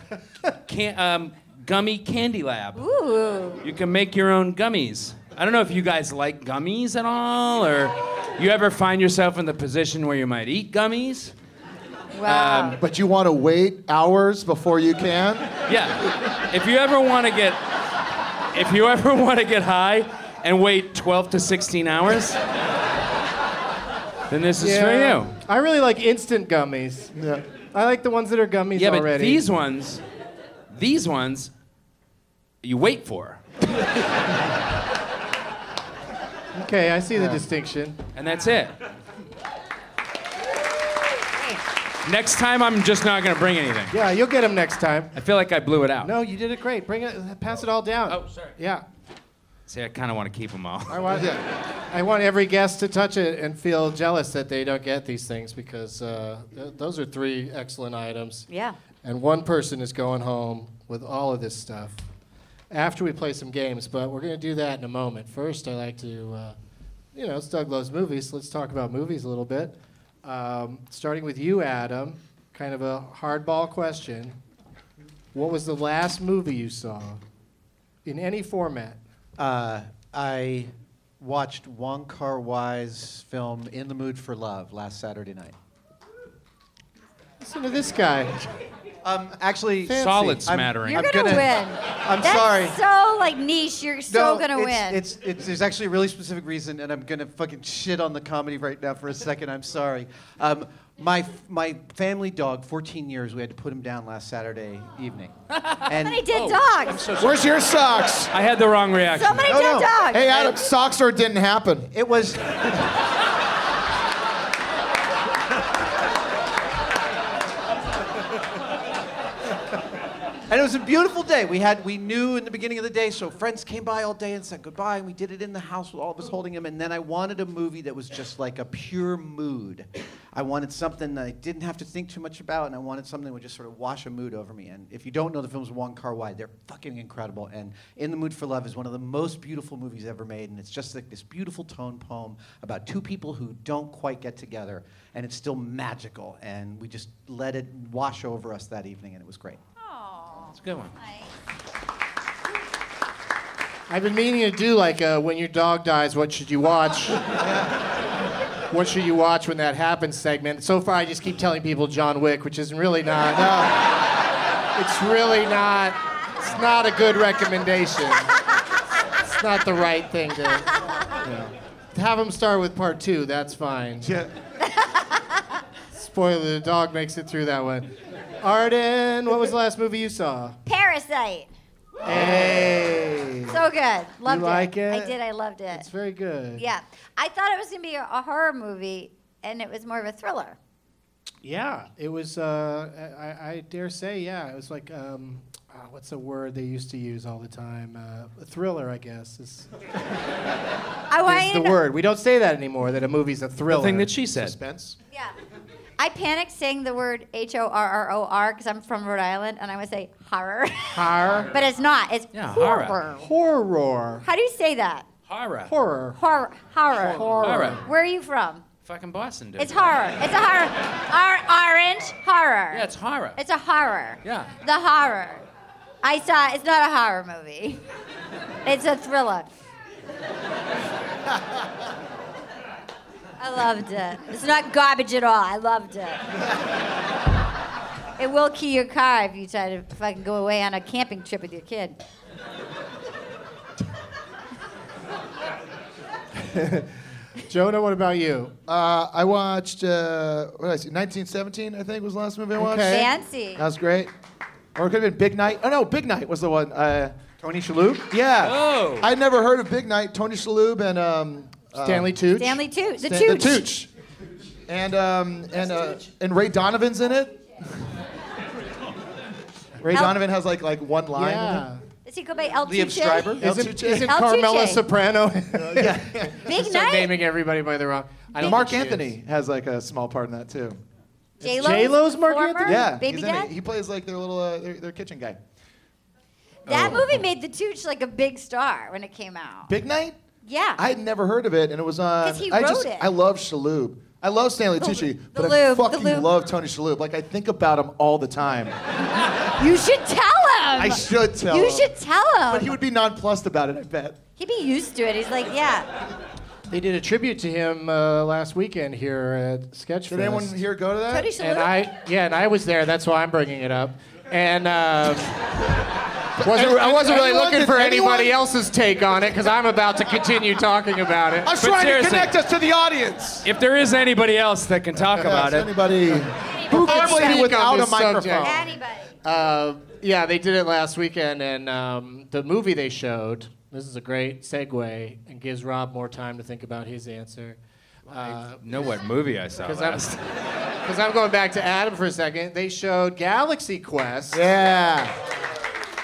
S4: can, um, gummy Candy Lab.
S3: Ooh.
S4: You can make your own gummies. I don't know if you guys like gummies at all, or you ever find yourself in the position where you might eat gummies.
S2: Um,
S3: Wow.
S6: But you want to wait hours before you can?
S4: Yeah. If you ever want to get, if you ever want to get high and wait 12 to 16 hours, then this is for you.
S2: I really like instant gummies.
S6: Yeah.
S2: I like the ones that are gummies
S4: Yeah, but
S2: already.
S4: these ones, these ones you wait for.
S2: Okay, I see the distinction.
S4: And that's it. Next time, I'm just not going to bring anything.
S2: Yeah, you'll get him next time.
S4: I feel like I blew it out.
S2: No, you did it great. Bring it, pass it all down.
S4: Oh, sorry.
S2: Yeah,
S4: See, I kind of want to keep them all.
S2: I want, I want every guest to touch it and feel jealous that they don't get these things because uh, th- those are three excellent items.
S3: Yeah.
S2: And one person is going home with all of this stuff after we play some games, but we're going to do that in a moment. First, I like to, uh, you know, it's Doug Loves Movies. Let's talk about movies a little bit. Um, starting with you, Adam, kind of a hardball question. What was the last movie you saw in any format?
S5: Uh, I watched Wong Kar Wai's film In the Mood for Love last Saturday night.
S2: Listen to this guy.
S5: Um, actually,
S2: Fancy.
S4: Solid
S5: I'm-
S4: smattering.
S3: You're
S5: I'm
S3: gonna,
S5: gonna-
S3: win.
S5: I'm
S3: That's
S5: sorry.
S3: So like niche. You're so gonna
S5: it's,
S3: win.
S5: It's, it's, there's actually a really specific reason, and I'm gonna fucking shit on the comedy right now for a second. I'm sorry. Um, my my family dog, 14 years, we had to put him down last Saturday evening. And
S3: Somebody did dogs.
S6: Where's your socks?
S4: I had the wrong reaction.
S3: Somebody
S5: No,
S3: did
S5: no.
S3: dogs.
S6: Hey, Adam, socks or it didn't happen.
S5: it was. And it was a beautiful day. We had we knew in the beginning of the day, so friends came by all day and said goodbye, and we did it in the house with all of us holding him. And then I wanted a movie that was just like a pure mood. I wanted something that I didn't have to think too much about, and I wanted something that would just sort of wash a mood over me. And if you don't know the films of Wong Kar Wai, they're fucking incredible. And In the Mood for Love is one of the most beautiful movies ever made, and it's just like this beautiful tone poem about two people who don't quite get together, and it's still magical. And we just let it wash over us that evening, and it was great.
S4: That's a good one.
S2: I've been meaning to do like uh when your dog dies, what should you watch? what should you watch when that happens segment. So far, I just keep telling people John Wick, which is really not. No, it's really not. It's not a good recommendation. It's not the right thing to. You know. Have them start with part two. That's fine. Spoiler: the dog makes it through that one. Arden, what was the last movie you saw?
S3: Parasite.
S2: Hey.
S3: So good. Loved
S2: like it?
S3: I did. I loved it.
S2: It's very good.
S3: yeah. I thought it was gonna be a, a horror movie, and it was more of a thriller.
S2: Yeah, it was. Uh, I, I dare say, yeah, it was like um, ah, what's a word they used to use all the time? Uh, a thriller, I guess, is,
S3: I wanted
S2: is
S3: to
S2: the
S3: know-
S2: word. We don't say that anymore. That a movie's a thriller.
S4: The thing that she said.
S6: Suspense.
S3: Yeah. I panicked saying the word H O R R O R because I'm from Rhode Island, and I would say horror,
S2: Har-
S3: but it's not. It's
S4: Yeah,
S3: horror.
S4: horror.
S2: horror.
S3: How do you say that?
S4: Horror.
S2: Horror.
S3: Horror. Horror.
S4: Horror.
S3: Where are you from?
S4: Fucking Boston, dude.
S3: It's horror. It's a horror. Our orange horror.
S4: Yeah, it's horror.
S3: It's a horror.
S4: Yeah.
S3: The horror. I saw. It's not a horror movie. It's a thriller. I loved it. It's not garbage at all. I loved it. It will key your car if you try to fucking go away on a camping trip with your kid.
S2: Jonah, what about you?
S6: Uh, I watched uh, what did I see? 1917, I think, was the last movie I watched.
S2: Okay.
S3: Fancy.
S6: That
S5: Uh,
S6: was great. Or it could have been Big Night. Oh no, Big Night was the one. Uh,
S5: Tony Shalhoub.
S6: yeah.
S4: Oh.
S6: I'd never heard of Big Night. Tony Shalhoub and um, uh,
S2: Stanley Tooch.
S3: Stanley Tooch. The
S6: Stan-
S3: Tooch.
S6: The Tooch. And um, and uh, and Ray Donovan's in it. Ray
S3: Al-
S6: Donovan has like like one line. in it.
S2: Yeah.
S3: Does he go by LTJ?
S5: Liev Schreiber?
S2: Isn't,
S6: L2J.
S2: isn't
S3: L2J.
S2: Carmela Soprano?
S3: Big
S2: Start
S3: night.
S2: naming everybody by the wrong. I don't
S6: Mark
S2: think she is.
S6: Anthony has like a small part in that too.
S3: J-Lo's,
S2: J-Lo's Mark
S3: former
S2: Anthony?
S6: Yeah,
S3: Baby
S6: he's in
S3: dad.
S6: it. He plays like their little uh, their, their kitchen guy.
S3: That movie made the Tooch like a big star when it came out.
S6: Big Night.
S3: yeah.
S6: I had never heard of it, and it was on.
S3: 'Cause he
S6: I
S3: wrote
S6: just,
S3: it.
S6: I love Shaloub. I love Stanley
S3: The-
S6: Tucci,
S3: the
S6: but I
S3: Louvre, the
S6: fucking
S3: Louvre.
S6: love Tony Shalhoub. Like I think about him all the time.
S3: you should tell him.
S6: I should tell.
S3: You
S6: him.
S3: should tell him.
S6: But he would be nonplussed about it. I bet.
S3: He'd be used to it. He's like, yeah.
S2: They did a tribute to him uh, last weekend here at Sketchfest.
S6: Did anyone here go to that?
S3: Tony
S2: And
S3: Shalhoub.
S2: I, yeah, and I was there. That's why I'm bringing it up. And um, wasn't,
S6: and-
S2: I wasn't really
S6: anyone-
S2: looking for
S6: did anyone-
S2: anybody else's take on it because I'm about to continue talking about it.
S6: I'm
S4: But
S6: trying to
S4: seriously-
S6: connect us to the audience.
S4: If there is anybody else that can talk about
S6: Yeah,
S4: it,
S6: is Anybody?
S3: Anybody
S2: who can
S5: I'm with you
S2: speak
S5: without
S2: on
S5: a
S2: this subject?
S5: microphone.
S3: Anybody.
S2: Um, yeah, they did it last weekend, and um, the movie they showed. This is a great segue and gives Rob more time to think about his answer. Because
S4: know what movie I saw
S2: 'Cause I'm-
S4: last.
S2: I'm going back to Adam for a second. They showed Galaxy Quest,
S5: Yeah.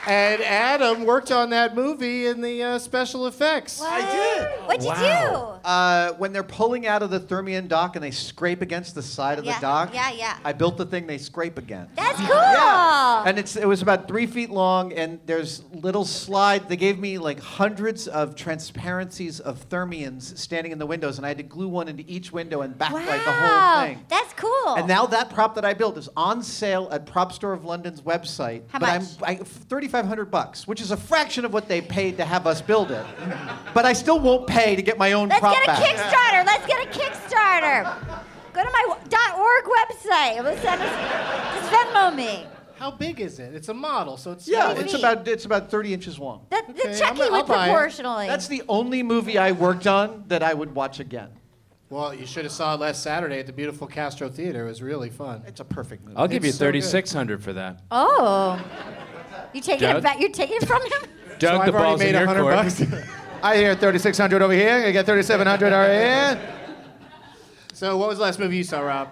S2: and Adam worked on that movie in the uh, special effects.
S5: I did.
S3: What'd you
S4: Wow.
S3: do?
S5: Uh, when they're pulling out of the Thermion dock and they scrape against the side of
S3: Yeah,
S5: the dock.
S3: yeah, yeah.
S5: I built the thing they scrape against.
S3: That's cool.
S5: Yeah. And it's it was about three feet long, and there's little slide. They gave me like hundreds of transparencies of thermions standing in the windows, and I had to glue one into each window and backlight the whole
S3: Wow.
S5: thing.
S3: That's cool.
S5: And now that prop that I built is on sale at Prop Store of London's website.
S3: How
S5: but
S3: much?
S5: I'm I, 3,500 bucks, which is a fraction of what they paid to have us build it. but I still won't pay to get my own
S3: Let's
S5: prop
S3: get a
S5: back.
S3: Kickstarter. Let's get a Kickstarter. Go to my w- .org website. Let's send us, just Venmo me.
S2: How big is it? It's a model, so it's
S5: Yeah,
S2: small.
S5: it's
S3: Maybe.
S5: about it's about 30 inches long.
S3: The, the
S2: Okay, I'm-
S3: Chucky
S2: I'll
S3: would
S2: buy it.
S3: proportionally.
S5: That's the only movie I worked on that I would watch again.
S2: Well, you should have saw it last Saturday at the beautiful Castro Theater. It was really fun.
S5: It's a perfect movie.
S4: I'll give
S2: It's
S4: you
S2: so good.
S4: 3,600 for that.
S3: oh. You taking it
S4: Doug?
S3: back? You're taking it from him?
S2: so
S4: Doug, the
S2: I've
S4: ball's
S2: already made
S4: in your court.
S2: bucks.
S6: I hear 3,600 over here. I got 3,700 over here.
S2: so, what was the last movie you saw, Rob?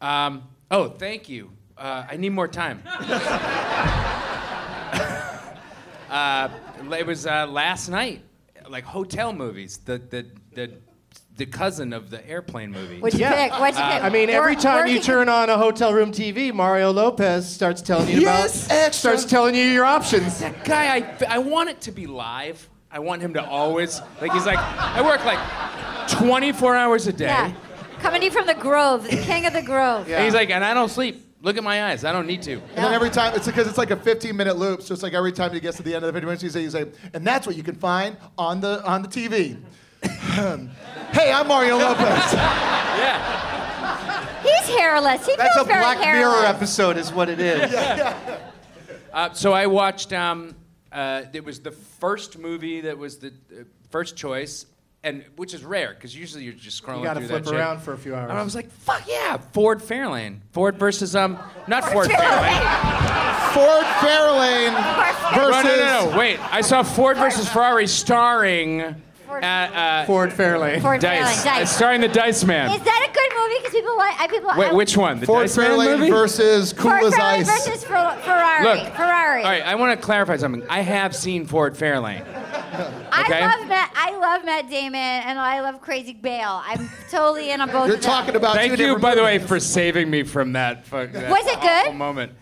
S4: Um, oh, thank you. Uh, I need more time. uh, it was uh, last night, like hotel movies. The the the the cousin of the airplane movie.
S3: What'd you
S2: Yeah.
S3: pick? What'd you pick?
S2: I mean, every
S3: Work-
S2: time you
S3: working-
S2: turn on a hotel room TV, Mario Lopez starts telling you
S6: Yes,
S2: about,
S6: extra.
S2: starts telling you your options.
S4: That guy, I, I want it to be live. I want him to always like he's like I work like 24 hours a day.
S3: Yeah. Coming to you from the Grove, the king of the Grove.
S4: And he's like, and I don't sleep. Look at my eyes. I don't need to.
S6: And then every time, it's because it's like a 15 minute loop. So it's like every time he gets to the end of the 15 minutes, you say, you say and that's what you can find on the, on the TV. hey, I'm Mario Lopez.
S4: Yeah.
S3: He's hairless. He
S5: That's a
S3: feels very
S5: Black
S3: hairless.
S5: Mirror episode, is what it is.
S4: Uh, so I watched. Um, uh, it was the first movie that was the uh, first choice, and which is rare because usually you're just scrolling
S2: You got to
S4: through
S2: flip
S4: that shit.
S2: around for a few hours.
S4: And I was like, fuck yeah, Ford Fairlane. Ford versus um, not Ford, Fairlane.
S6: Ford Fairlane
S3: Perfect.
S4: No,
S6: versus.
S4: no, no, no, wait. I saw Ford versus Ferrari starring. Uh,
S3: Ford-
S4: uh,
S2: Ford Fairlane.
S3: Ford
S4: Dice.
S3: Fairlane,
S4: It's
S3: Dice.
S4: starring the Dice Man.
S3: Is that a good movie? Because people like, I people.
S4: Wait,
S3: I-
S4: which one? The
S6: Ford
S4: Dice Man
S6: Fairlane
S4: movie?
S6: versus Cool
S3: Ford
S6: as
S3: Fairlane
S6: Ice.
S3: versus Fer- Ferrari.
S4: Look,
S3: Ferrari.
S4: All right, I want to clarify something. I have seen Ford Fairlane. okay.
S3: I love Matt. I love Matt Damon, and I love Crazy Bale. I'm totally in on both.
S6: You're
S3: of them.
S6: talking about two
S4: Thank you,
S6: different
S4: by the way,
S6: movies.
S4: for saving me from that. Fuck, that
S3: Was it
S4: awful
S3: good?
S4: Moment.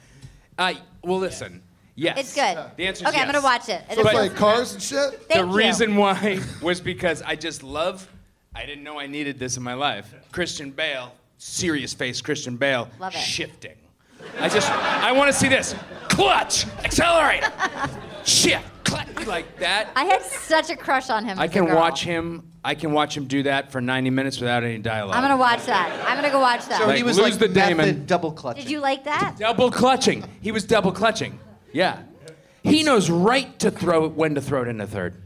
S4: Uh, well, listen. Yes.
S3: It's good.
S4: The answer is
S3: Okay, I'm gonna watch it.
S6: So it's
S4: But-
S6: like cars and shit.
S4: The
S3: Thank you.
S4: reason why was because I just love. I didn't know I needed this in my life. Christian Bale, serious face Christian Bale,
S3: Love it.
S4: shifting. I just, I want to see this. Clutch, accelerate, shift, clutch, like that.
S3: I had such a crush on him.
S4: I
S3: as a
S4: can
S3: girl.
S4: watch him. I can watch him do that for 90 minutes without any dialogue.
S3: I'm gonna watch that. I'm gonna go watch that.
S5: So
S4: Like,
S5: he was
S4: lose
S5: like
S4: the
S5: method
S4: Damon.
S5: double clutching.
S3: Did you like that?
S4: double clutching. He was double clutching. Yeah. He knows right to throw when to throw it in the third.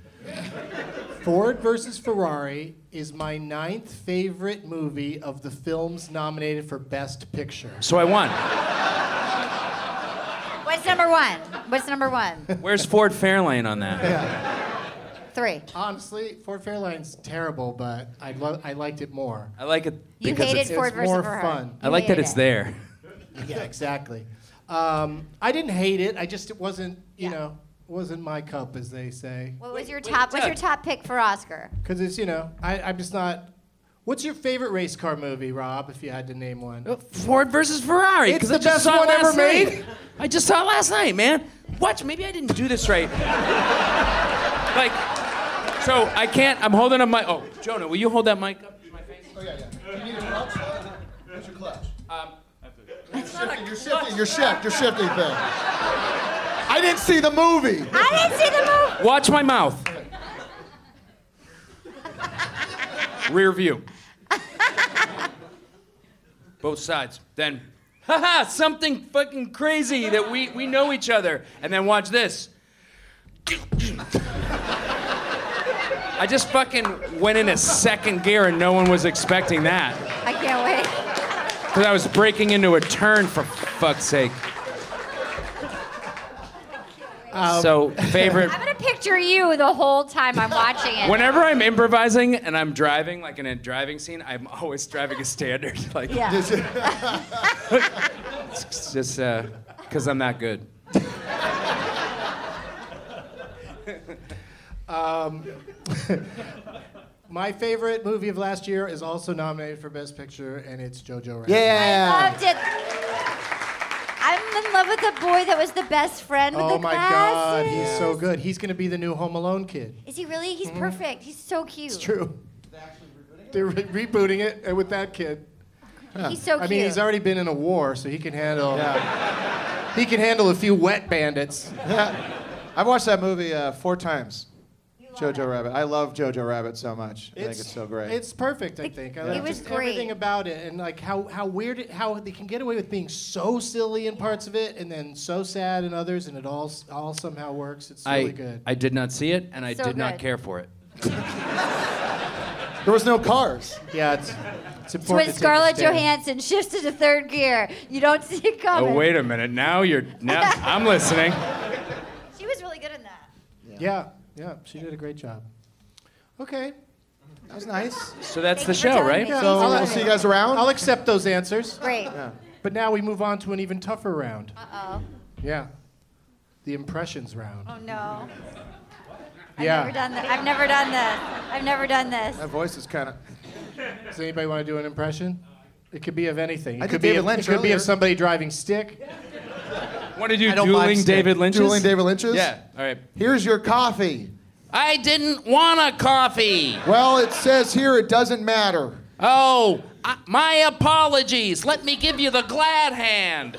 S2: Ford versus Ferrari is my ninth favorite movie of the films nominated for Best Picture.
S4: So I won.
S3: What's number one? What's number one?
S4: Where's Ford Fairlane on that?
S3: Three.
S2: Honestly, Ford Fairlane's terrible, but I lo- I liked it more.
S4: I like it
S3: You
S4: because
S3: hated
S4: it's,
S2: it's
S3: Ford versus
S2: more
S3: Ferrari.
S2: fun.
S4: I like
S3: You
S4: that
S3: hated
S4: it's
S3: it.
S4: there.
S2: Yeah, exactly. Um, I didn't hate it. I just it wasn't you
S3: Yeah.
S2: know wasn't my cup as they say.
S3: What was your top? What's your top pick for Oscar?
S2: Because it's, you know, I, I'm just not. What's your favorite race car movie, Rob, if you had to name one?
S4: Ford versus Ferrari.
S2: It's
S4: 'cause
S2: the
S4: I just
S2: best
S4: saw it
S2: one
S4: last
S2: ever made.
S4: night. I just saw it last night, man. Watch, maybe I didn't do this right. like, so I can't. I'm holding up my. Oh, Jonah, will you hold that mic up to my face?
S6: Oh, Where's your clutch?
S4: It's not a
S6: You're shifting, you're shift, you're shifting thing. I didn't see the movie.
S3: I didn't see the movie.
S4: Watch my mouth. Rear view. Both sides. Then, haha, something fucking crazy that we, we know each other. And then watch this. I just fucking went into second gear and no one was expecting that.
S3: I can't wait.
S4: Because I was breaking into a turn, for fuck's sake. so, favorite.
S3: I'm gonna picture you the whole time I'm watching it.
S4: Whenever I'm improvising and I'm driving, like in a driving scene, I'm always driving a standard. Like,
S3: yeah.
S4: it's just because I'm that good.
S2: My favorite movie of last year is also nominated for Best Picture, and it's Jojo Rabbit.
S3: I
S6: Yeah.
S3: loved it. I'm in love with the boy that was the best friend with
S2: Oh
S3: the
S2: my
S3: glasses.
S2: God, he's so good. He's going to be the new Home Alone kid.
S3: Is he really? He's perfect. He's so cute.
S2: It's true. They're re- rebooting it uh, with that kid.
S3: He's so
S2: I
S3: cute.
S2: mean, he's already been in a war, so he can handle. He can handle a few wet bandits.
S6: I've watched that movie uh, four times.
S3: You love
S6: Jojo
S3: him.
S6: Rabbit. I love Jojo Rabbit so much. I think it's so great.
S2: It's perfect, I think. I
S3: It
S2: like
S3: was
S2: just
S3: great.
S2: everything about it, and like how how weird, it, how they can get away with being so silly in parts of it, and then so sad in others, and it all s- all somehow works. It's really
S4: I,
S2: good.
S4: I did not see it, and I
S3: So
S4: did not
S3: good.
S4: care for it.
S6: there was no cars.
S2: yeah, it's it's
S3: It's when
S2: important. to take a
S3: Scarlett
S2: stand.
S3: Johansson shifts into third gear. You don't see it coming.
S4: Oh, wait a minute. Now you're. Now I'm listening.
S3: She was really good in that.
S2: Yeah, yeah, she did a great job. Okay,
S6: That was nice.
S4: So that's
S3: Thank you
S4: the
S3: for
S4: show,
S3: telling
S4: right?
S3: me.
S6: So
S3: I'll-
S6: we'll see you guys around.
S2: I'll accept those answers.
S3: Great.
S2: But now we move on to an even tougher round.
S3: Uh-oh.
S2: Yeah, the impressions round.
S3: Oh no. I've never
S2: yeah.
S3: done that. I've never done this. I've never done this.
S6: That voice is kind of.
S2: Does anybody want to do an impression? It could be of anything. It
S6: I did
S2: could be
S6: David
S2: of,
S6: Lynch
S2: It could be
S6: earlier.
S2: of somebody driving stick.
S4: What did you
S6: I don't
S4: dueling
S6: mind steak.
S4: David Lynch?
S6: Dueling David Lynch's?
S4: Yeah. All right.
S6: Here's your coffee.
S4: I didn't want a coffee.
S6: Well, it says here it doesn't matter.
S4: Oh, I, my apologies. Let me give you the glad hand.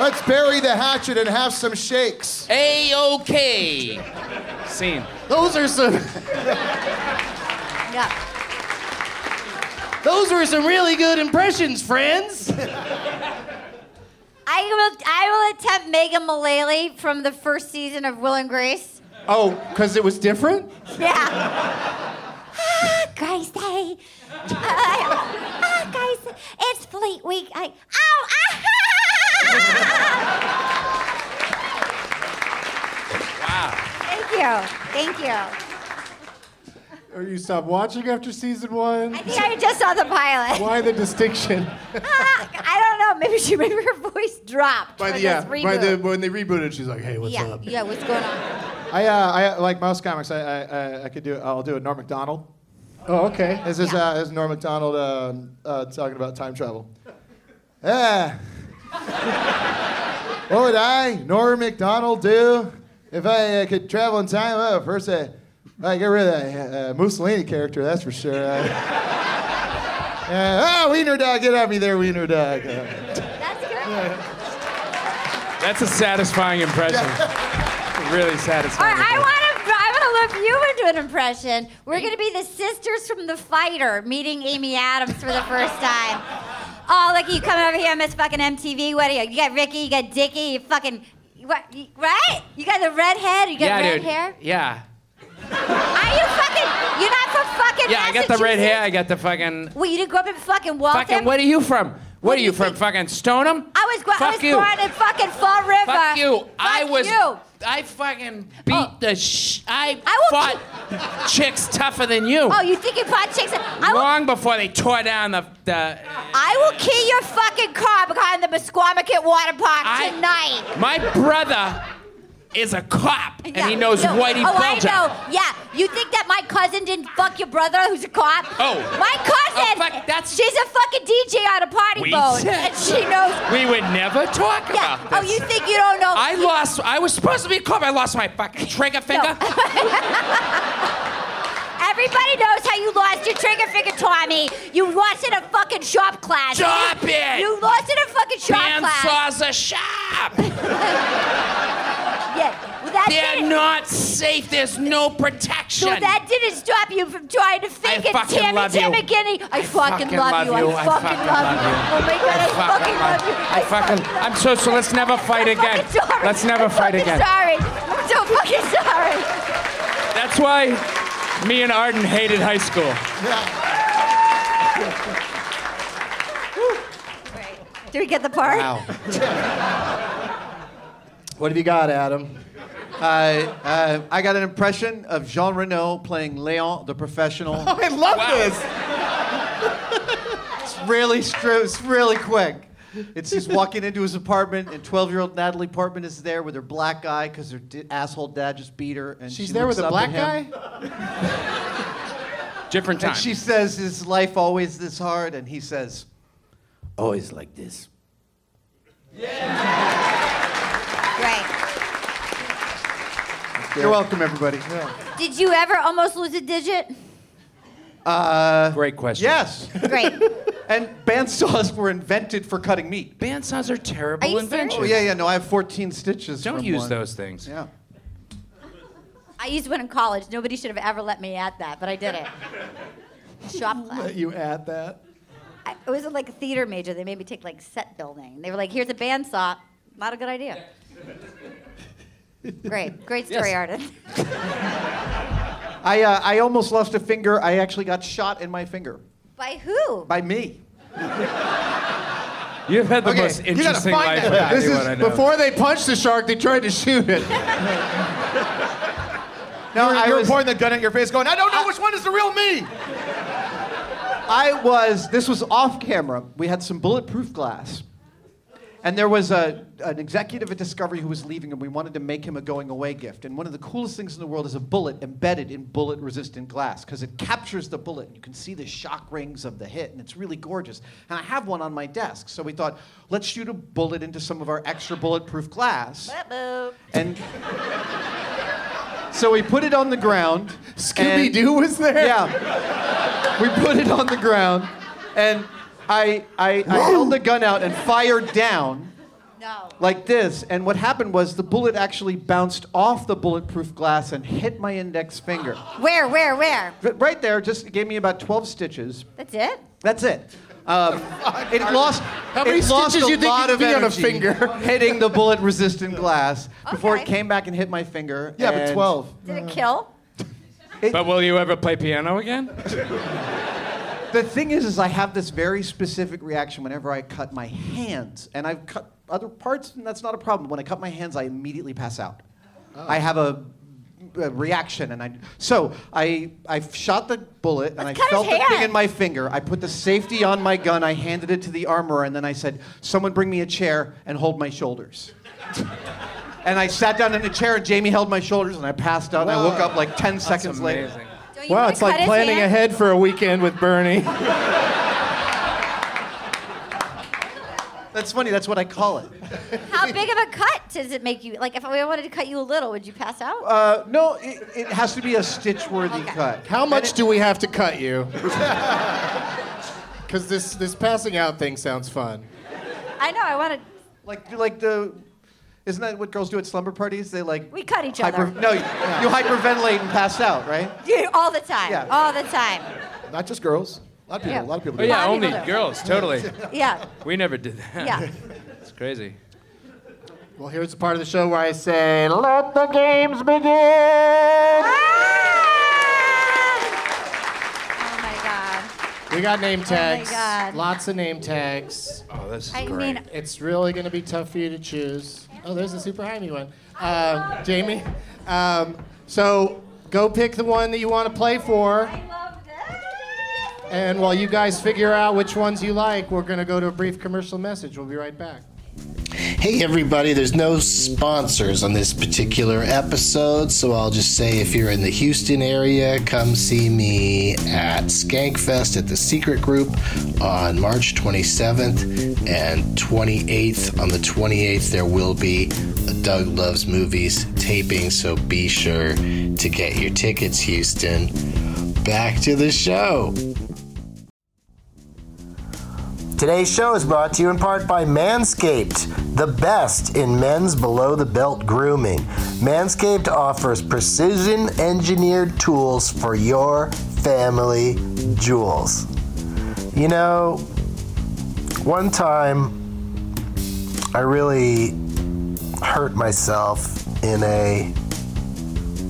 S6: Let's bury the hatchet and have some shakes.
S4: A OK. Scene.
S2: Those are some.
S3: Yeah.
S2: Those were some really good impressions, friends.
S3: I will. I will attempt Megan Mullally from the first season of Will and Grace.
S2: Oh, because it was different?
S3: Yeah. ah, Grace Day. Ah, ah, Grace. It's Fleet Week. I, oh, ah. wow. Thank you. Thank you.
S2: Or you stopped watching after season one?
S3: I think I just saw the pilot.
S2: Why the distinction?
S3: Ah, I don't know. Maybe she. Maybe her voice dropped.
S2: By
S3: for
S2: the, yeah,
S3: this
S2: by the,
S3: reboot.
S2: when they rebooted, she's like, hey, what's
S3: yeah.
S2: up?
S3: Yeah. What's going on?
S6: I, uh, I like most comics. I, I, I, I could do. I'll do a Norm Macdonald.
S2: Oh, okay.
S6: This is uh, this is Norm Macdonald uh, uh, talking about time travel. Ah. what would I, Norm Macdonald, do if I uh, could travel in time? Oh, first, uh, I get rid of that uh, Mussolini character. That's for sure. Uh, uh, oh, Wiener Dog, get at me there, Wiener Dog. Uh,
S3: That's good.
S4: That's a satisfying impression. really
S3: All
S4: satisfying.
S3: right, I
S4: impression.
S3: want to. I want to loop you into an impression. We're going to be the sisters from The Fighter meeting Amy Adams for the first time. Oh, look, you coming over here, Miss fucking MTV. What are you? You got Ricky. You got Dickie. You fucking. What, you- right? You got the red head. You got
S4: yeah,
S3: red
S4: dude.
S3: hair.
S4: Yeah.
S3: Are you fucking? You're not from fucking.
S4: Yeah, I got the red hair.
S3: Massachusetts?
S4: I got the fucking.
S3: Well, you didn't grow up in fucking Waltham.
S4: Fucking. What are you from? What are
S3: do
S4: you
S3: you
S4: from?
S3: think?
S4: Fucking Stoneham?
S3: I was, gro- I
S4: Fuck
S3: was
S4: you.
S3: born in fucking Fall River.
S4: Fuck you. I
S3: Fuck
S4: was.
S3: you.
S4: I fucking beat
S3: Oh.
S4: the sh. I,
S3: I will
S4: fought chicks tougher than you.
S3: Oh, you think you pot chicks? I will
S4: Long before they tore down the. the
S3: I will kill your fucking car behind the Musquamaket Water Park
S4: I-
S3: tonight.
S4: my brother is a cop, and he
S3: Yeah.
S4: knows
S3: No.
S4: Whitey
S3: Oh,
S4: Bulger.
S3: I know. Yeah. You think that my cousin didn't fuck your brother, who's a cop?
S4: Oh.
S3: My cousin.
S4: Oh, fuck, that's-
S3: She's a fucking DJ on a party
S4: We
S3: boat,
S4: said-
S3: and she knows.
S4: We would never talk
S3: Yeah.
S4: about
S3: Oh,
S4: this.
S3: you think you don't know?
S4: I
S3: You-
S4: lost. I was supposed to be a cop. I lost my fucking trigger finger.
S3: Everybody knows how you lost your trigger finger, Tommy. You lost in a fucking shop class.
S4: Stop
S3: You-
S4: it.
S3: You lost in a fucking shop class.
S4: Bandsaws are sharp.
S3: Yeah. Well, that
S4: They're
S3: didn't-
S4: not safe. There's no protection.
S3: So that didn't stop you from trying to fake it,
S4: fucking
S3: Tammy
S4: love you.
S3: Tam McGinney. I, fucking,
S4: fucking
S3: love you. I fucking love you. Oh my god, I, fucking love you.
S4: I fucking. I'm so. So let's never fight
S3: I'm
S4: again.
S3: fucking sorry.
S4: Let's never
S3: I'm
S4: fight
S3: fucking
S4: again.
S3: Sorry. I'm so fucking sorry.
S4: That's why me and Arden hated high school.
S3: Do we get the part?
S2: Wow. what have you got, Adam?
S5: Uh, uh, I got an impression of Jean Reno playing Leon the professional.
S2: I love
S4: Wow.
S5: this. it's really stri- it's really quick. It's just walking into his apartment, and 12-year-old Natalie Portman is there with her black eye because her di- asshole dad just beat her, and
S2: She's
S5: she
S2: there
S5: looks
S2: with a
S5: up
S2: black
S5: at him,
S2: guy?
S4: Different time.
S5: And she says, "Is life always this hard?" And he says, "Always like this."
S3: Right.
S5: You're welcome, everybody.
S3: Did you ever almost lose a digit?
S4: Great question.
S5: Yes,
S3: Great.
S5: and bandsaws were invented for cutting meat.
S4: Bandsaws are terrible
S3: Are you
S4: inventions.
S5: Oh yeah, yeah. No, I have 14 stitches.
S4: Don't
S5: from
S4: use
S5: one.
S4: those things.
S5: Yeah.
S3: I used one in college. Nobody should have ever let me at that, but I did it. Shop class.
S2: You add that.
S3: I, it was like a theater major. They made me take like set building. They were like, "Here's a bandsaw." Not a good idea. Great, great story
S4: Yes.
S3: artist.
S5: I uh, I almost lost a finger. I actually got shot in my finger
S3: By who?
S5: by me.
S4: You've had the
S5: Okay,
S4: most
S5: you gotta
S4: interesting
S5: find
S4: life
S5: that.
S4: of
S5: Yeah,
S2: This
S4: anyone I
S2: is
S4: know.
S2: before they punched the shark. They tried to shoot it.
S5: No, I
S7: you were
S5: was,
S7: pointing the gun at your face, going, "I don't know which one is the real me."
S5: I was. This was off camera. We had some bulletproof glass, and there was a an executive at Discovery who was leaving, and we wanted to make him a going away gift. And one of the coolest things in the world is a bullet embedded in bullet resistant glass because it captures the bullet, and you can see the shock rings of the hit, and it's really gorgeous. And I have one on my desk, so we thought, let's shoot a bullet into some of our extra bulletproof glass.
S3: Boo.
S5: And so we put it on the ground.
S2: Scooby Doo was there.
S5: Yeah. We put it on the ground, and I, I, I held the gun out and fired down
S3: No.
S5: like this. And what happened was the bullet actually bounced off the bulletproof glass and hit my index finger.
S3: Where? Where? Where?
S5: R- Right there, just it gave me about 12 stitches.
S3: That's it.
S5: That's it. Um, it lost.
S2: How many
S5: it lost
S2: stitches
S5: a
S2: you think
S5: lot
S2: you'd
S5: of
S2: be on a
S5: energy
S2: finger?
S5: hitting the bullet-resistant glass before it
S3: Okay.
S5: came back and hit my finger.
S6: Yeah, but
S5: and
S6: 12.
S3: Did it kill?
S4: But will you ever play piano again?
S5: The thing is, is I have this very specific reaction whenever I cut my hands, and I've cut other parts, and that's not a problem. When I cut my hands, I immediately pass out. I have a, a reaction, and I so I I shot the bullet, and I
S3: Let's cut his
S5: felt the thing
S3: hand.
S5: in my finger. I put the safety on my gun. I handed it to the armorer, and then I said, "Someone bring me a chair and hold my shoulders." and I sat down in a chair, and Jamie held my shoulders, and I passed out. And I woke up like ten seconds later.
S4: Amazing.
S3: Don't you
S2: Wow,
S3: wanna
S2: it's like
S3: cut his
S2: planning
S3: hand?
S2: ahead for a weekend with Bernie.
S5: That's funny. That's what I call it.
S3: How big of a cut does it make you? Like, if I wanted to cut you a little, would you pass out?
S5: Uh, no, it, it has to be a stitch-worthy
S3: Okay.
S5: cut.
S2: How much do we have to cut you? Because this, this passing out thing sounds fun.
S3: I know. I want to.
S5: Like, like the, isn't that what girls do at slumber parties? They like
S3: We cut each
S5: hyper,
S3: other.
S5: no, you, you hyperventilate and pass out, right?
S3: Dude, all the time.
S5: Yeah.
S3: All the time.
S6: Not just girls. A lot of people.
S3: Yeah.
S6: A lot of people.
S4: Oh
S6: Do
S4: yeah,
S3: Body
S4: only
S3: builder.
S4: girls. Totally.
S3: Yeah.
S4: We never did that.
S3: Yeah.
S4: It's crazy.
S2: Well, here's the part of the show where I say, let the games begin.
S3: Ah! Oh my god.
S2: We got name tags.
S3: God.
S2: Lots of name tags.
S4: Oh, this is
S3: I
S4: great.
S3: mean,
S2: It's really going to be tough for you to choose. Oh, there's a super Jaime one. Um, Jamie, um, so go pick the one that you want to play for.
S3: I love this.
S2: And while you guys figure out which ones you like, we're going to go to a brief commercial message. We'll be right back.
S8: Hey everybody, there's no sponsors on this particular episode, so I'll just say if you're in the Houston area, come see me at Skankfest at the Secret Group on March 27th and 28th. On the 28th, there will be a Doug Loves Movies taping, so be sure to get your tickets, Houston. Back to the show. Today's show is brought to you in part by Manscaped, the best in men's below the belt grooming. Manscaped offers precision engineered tools for your family jewels. You know, one time I really hurt myself in a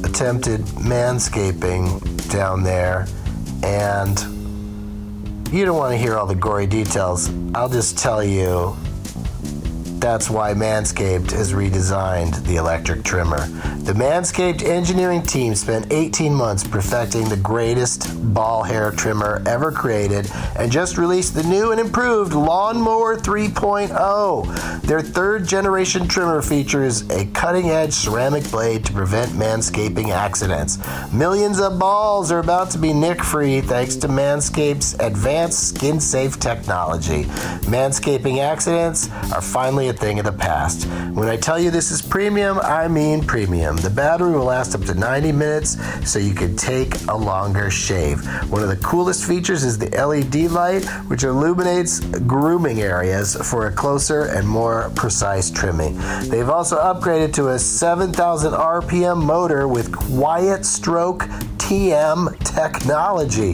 S8: attempted manscaping down there and you don't want to hear all the gory details. I'll just tell you That's why Manscaped has redesigned the electric trimmer. The Manscaped engineering team spent 18 months perfecting the greatest ball hair trimmer ever created and just released the new and improved Lawnmower 3.0. Their third generation trimmer features a cutting edge ceramic blade to prevent manscaping accidents. Millions of balls are about to be nick free thanks to Manscaped's advanced skin safe technology. Manscaping accidents are finally a thing of the past. When I tell you this is premium, I mean premium. The battery will last up to 90 minutes, so you can take a longer shave. One of the coolest features is the LED light, which illuminates grooming areas for a closer and more precise trimming. They've also upgraded to a 7,000 RPM motor with quiet stroke TM technology.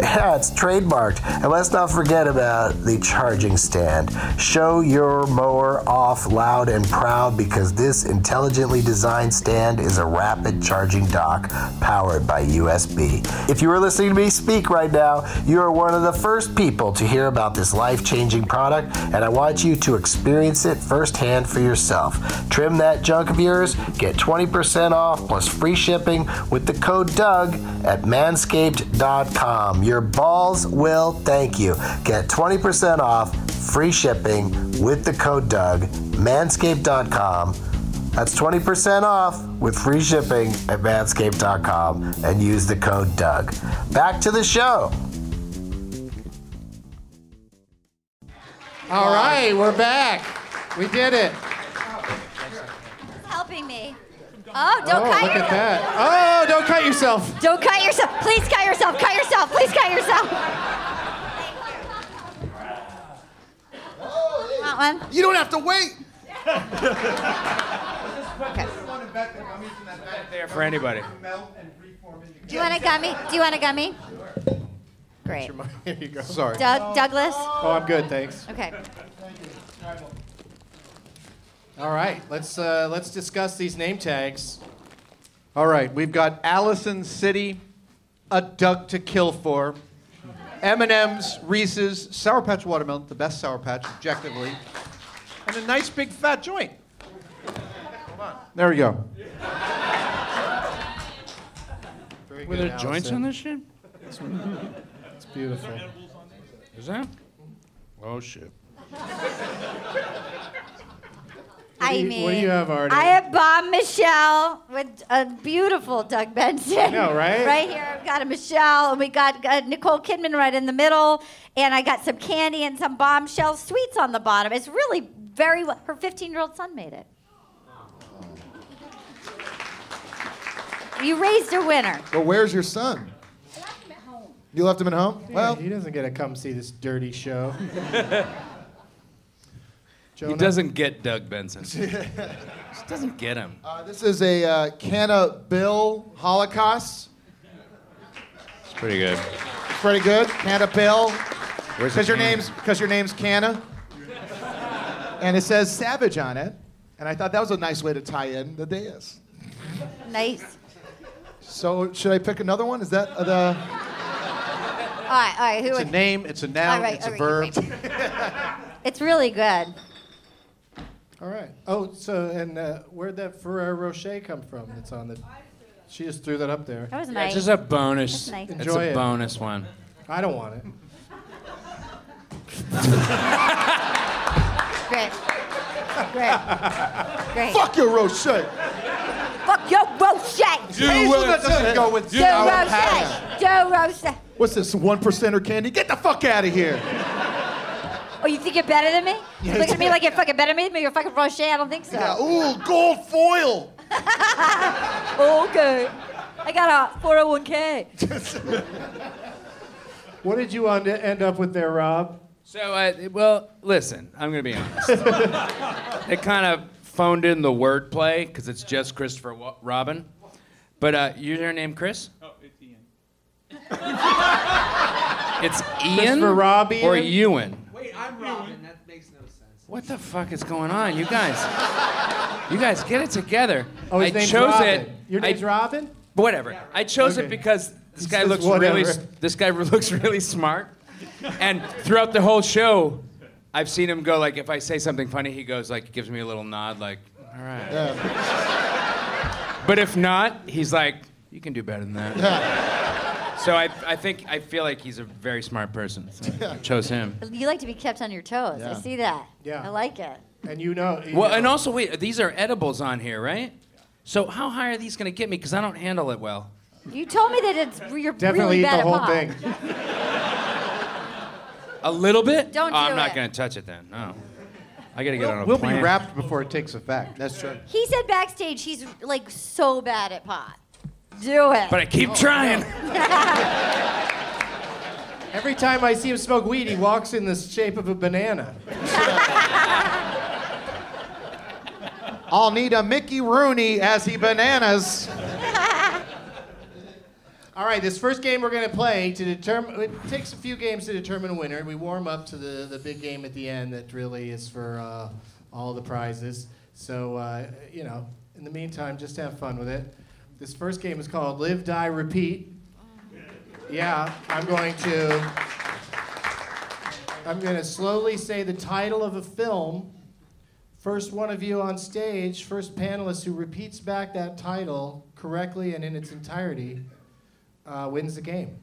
S8: Yeah, it's trademarked. And let's not forget about the charging stand. Show your mower off loud and proud because this intelligently designed stand is a rapid charging dock powered by USB. If you are listening to me speak right now, you are one of the first people to hear about this life changing product, and I want you to experience it firsthand for yourself. Trim that junk of yours, get 20% off plus free shipping with the code Doug at manscaped.com. Your balls will thank you. Get 20% off, free shipping with the code Doug, manscaped.com. That's 20% off with free shipping at manscaped.com and use the code Doug. Back to the show.
S2: All right, we're back. We did it.
S3: Helping me. Oh,
S2: Oh,
S3: don't cut
S2: look at
S3: yourself.
S2: that. Oh, don't cut yourself.
S3: Don't cut yourself. Please cut yourself. Cut yourself. Please cut yourself. Want one?
S7: You don't have to wait.
S4: There for anybody.
S3: Do you want a gummy? Do you want a gummy? Great.
S2: Here you go. Sorry.
S3: Doug, Douglas?
S2: Oh, I'm good, thanks.
S3: Okay.
S2: All right, let's uh, let's discuss these name tags.
S7: All right, we've got Allison City, a duck to kill for, M&M's, Reese's, Sour Patch Watermelon, the best Sour Patch, objectively, and a nice big fat joint. Hold on. There we go.
S4: Were there joints on this shit?
S2: It's beautiful.
S4: Is that? Oh shit.
S3: I
S2: you-
S3: mean,
S2: what do you have, Artie?
S3: I have Bob Michelle with a beautiful Doug Benson.
S2: know, right?
S3: Right here. I've got a Michelle, and we got uh, Nicole Kidman right in the middle, and I got some candy and some bombshell sweets on the bottom. It's really very well. Her 15 year old son made it. You raised a winner.
S9: But where's your son? You left him at home? Well,
S2: Well, he doesn't get to come see this dirty show.
S4: He doesn't get Doug Benson. Just doesn't get him.
S9: uh, this is a uh, Canna Bill Holocaust.
S4: It's pretty good.
S9: It's pretty good. Canna Bill.
S4: Where's
S9: Because your name's because your name's Canna. And it says Savage on it. And I thought that was a nice way to tie in the dais.
S3: Nice.
S9: So should I pick another one? Is that uh, the
S3: All right, all right. Who
S5: It's a
S3: would?
S5: name, it's a noun,
S3: all right,
S5: it's
S3: all
S5: a
S3: right,
S5: verb.
S3: wait. it's really good.
S2: All right. Oh, so and uh, where'd that Ferrero Rocher come from? That's on the. She just threw that up there.
S3: That was
S4: It's
S3: nice.
S4: just a bonus.
S3: That's nice.
S4: It's
S2: Enjoy
S4: a
S2: it.
S4: bonus one.
S2: I don't want it.
S3: Great. Great. Great.
S9: fuck your Roche?
S3: Fuck your Roche.
S9: Hazelnut doesn't go with
S3: Joe Roche. Joe Roche.
S9: What's this? One percenter candy? Get the fuck out of here.
S3: Oh, you think you're better than me? You look at me like you're fucking better than me? You're fucking Roche. I don't think so.
S9: Ooh, gold foil.
S3: Oh, Okay. I got a 401k.
S2: What did you und- end up with there, Rob?
S4: So, uh, well, listen, I'm going to be honest. it kind of phoned in the wordplay because it's just Christopher Wa- Robin. But uh, username Chris? Oh, it's Ian. it's Ian?
S2: Christopher Rob
S4: Or
S2: Ian?
S4: Ewan.
S10: Wait, I'm Robin. That makes no sense.
S4: What the fuck is going on? You guys, you guys get it together.
S2: Oh, his
S4: I
S2: name's
S4: chose
S2: Robin.
S4: it.
S2: Your
S4: I-
S2: name's Robin.
S4: But whatever. I chose it
S2: Okay.
S4: because this guy
S2: says
S4: looks
S2: whatever.
S4: really s- this guy looks really smart. And throughout the whole show, I've seen him go like if I say something funny, he goes like gives me a little nod like, all right. But if not, he's like, you can do better than that. So I, I think I feel like he's a very smart person. So I chose him.
S3: You like to be kept on your toes. I
S4: Yeah.
S3: see that.
S2: Yeah.
S3: I like it.
S2: And you know. you
S4: Well,
S2: know-
S4: and also wait, these are edibles on here, right? So how high are these going to get me? Because I don't handle it well.
S3: You told me that it's you're
S2: Definitely
S3: really
S2: eat
S3: bad
S2: the
S3: at
S2: whole
S3: pop.
S2: thing.
S4: A little bit.
S3: Don't
S4: Oh, I'm
S3: do
S4: not
S3: it.
S4: going to touch it then. No. I got to get on a
S7: We'll
S4: plane.
S7: be wrapped before it takes effect. That's true.
S3: He said backstage he's like so bad at pot. Do it.
S4: But I keep trying.
S2: Every time I see him smoke weed, he walks in the shape of a banana.
S9: I'll need a Mickey Rooney as he bananas.
S2: All right, this first game we're going to play to determine. It takes a few games to determine a winner. We warm up to the, the big game at the end that really is for uh, all the prizes. So, uh, you know, in the meantime, just have fun with it. This first game is called Live, Die, Repeat. Yeah, I'm going to. I'm going to slowly say the title of a film. First one of you on stage, first panelist who repeats back that title correctly and in its entirety uh, wins the game.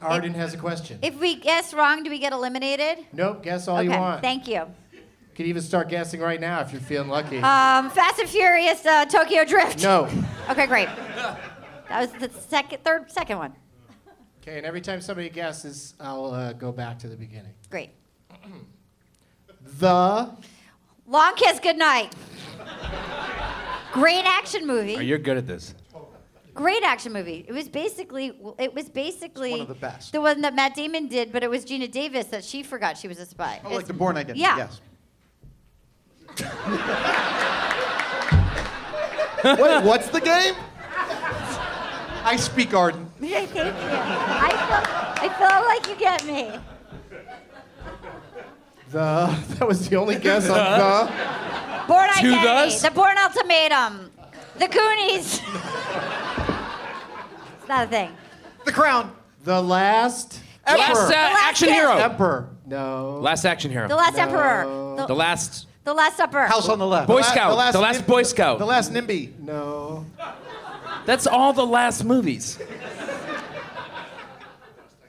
S2: Arden has a question.
S3: if we guess wrong, do we get eliminated?
S2: nope, guess all
S3: okay.
S2: you want.
S3: Thank you.
S2: you can even start guessing right now if you're feeling lucky.
S3: Um, Fast and Furious, uh, Tokyo Drift.
S2: no.
S3: Okay, great. That was the second, third, second one.
S2: Okay, and every time somebody guesses, I'll uh, go back to the beginning.
S3: Great.
S2: The
S3: Long Kiss Goodnight. Great action movie.
S4: You're good at this.
S3: Great action movie. It was basically it was basically
S7: of the best.
S3: the one that Matt Damon did, but it was Gina Davis that she forgot she was a spy.
S7: Oh,
S3: It's-
S7: like the Born Identity.
S3: yeah.
S7: Yes.
S9: Wait, what's the game?
S7: I speak Arden.
S3: Thank you. I feel, I feel like you get me.
S2: the that was the only guess on the.
S3: Born
S4: To
S3: Identity.
S4: thus?
S3: The Born Ultimatum. The Goonies. it's not a thing.
S7: The Crown.
S2: The last.
S3: Yes,
S4: Last uh,
S3: the last
S4: action
S3: kiss.
S4: hero.
S7: Emperor.
S2: No.
S4: Last action hero.
S3: The Last Emperor. The,
S4: The last
S3: The Last Supper.
S7: House on the left.
S4: Boy
S9: la- the
S4: Scout. The last,
S9: last nim-
S4: Boy Scout.
S9: The last NIMBY.
S2: No.
S4: That's all the last movies.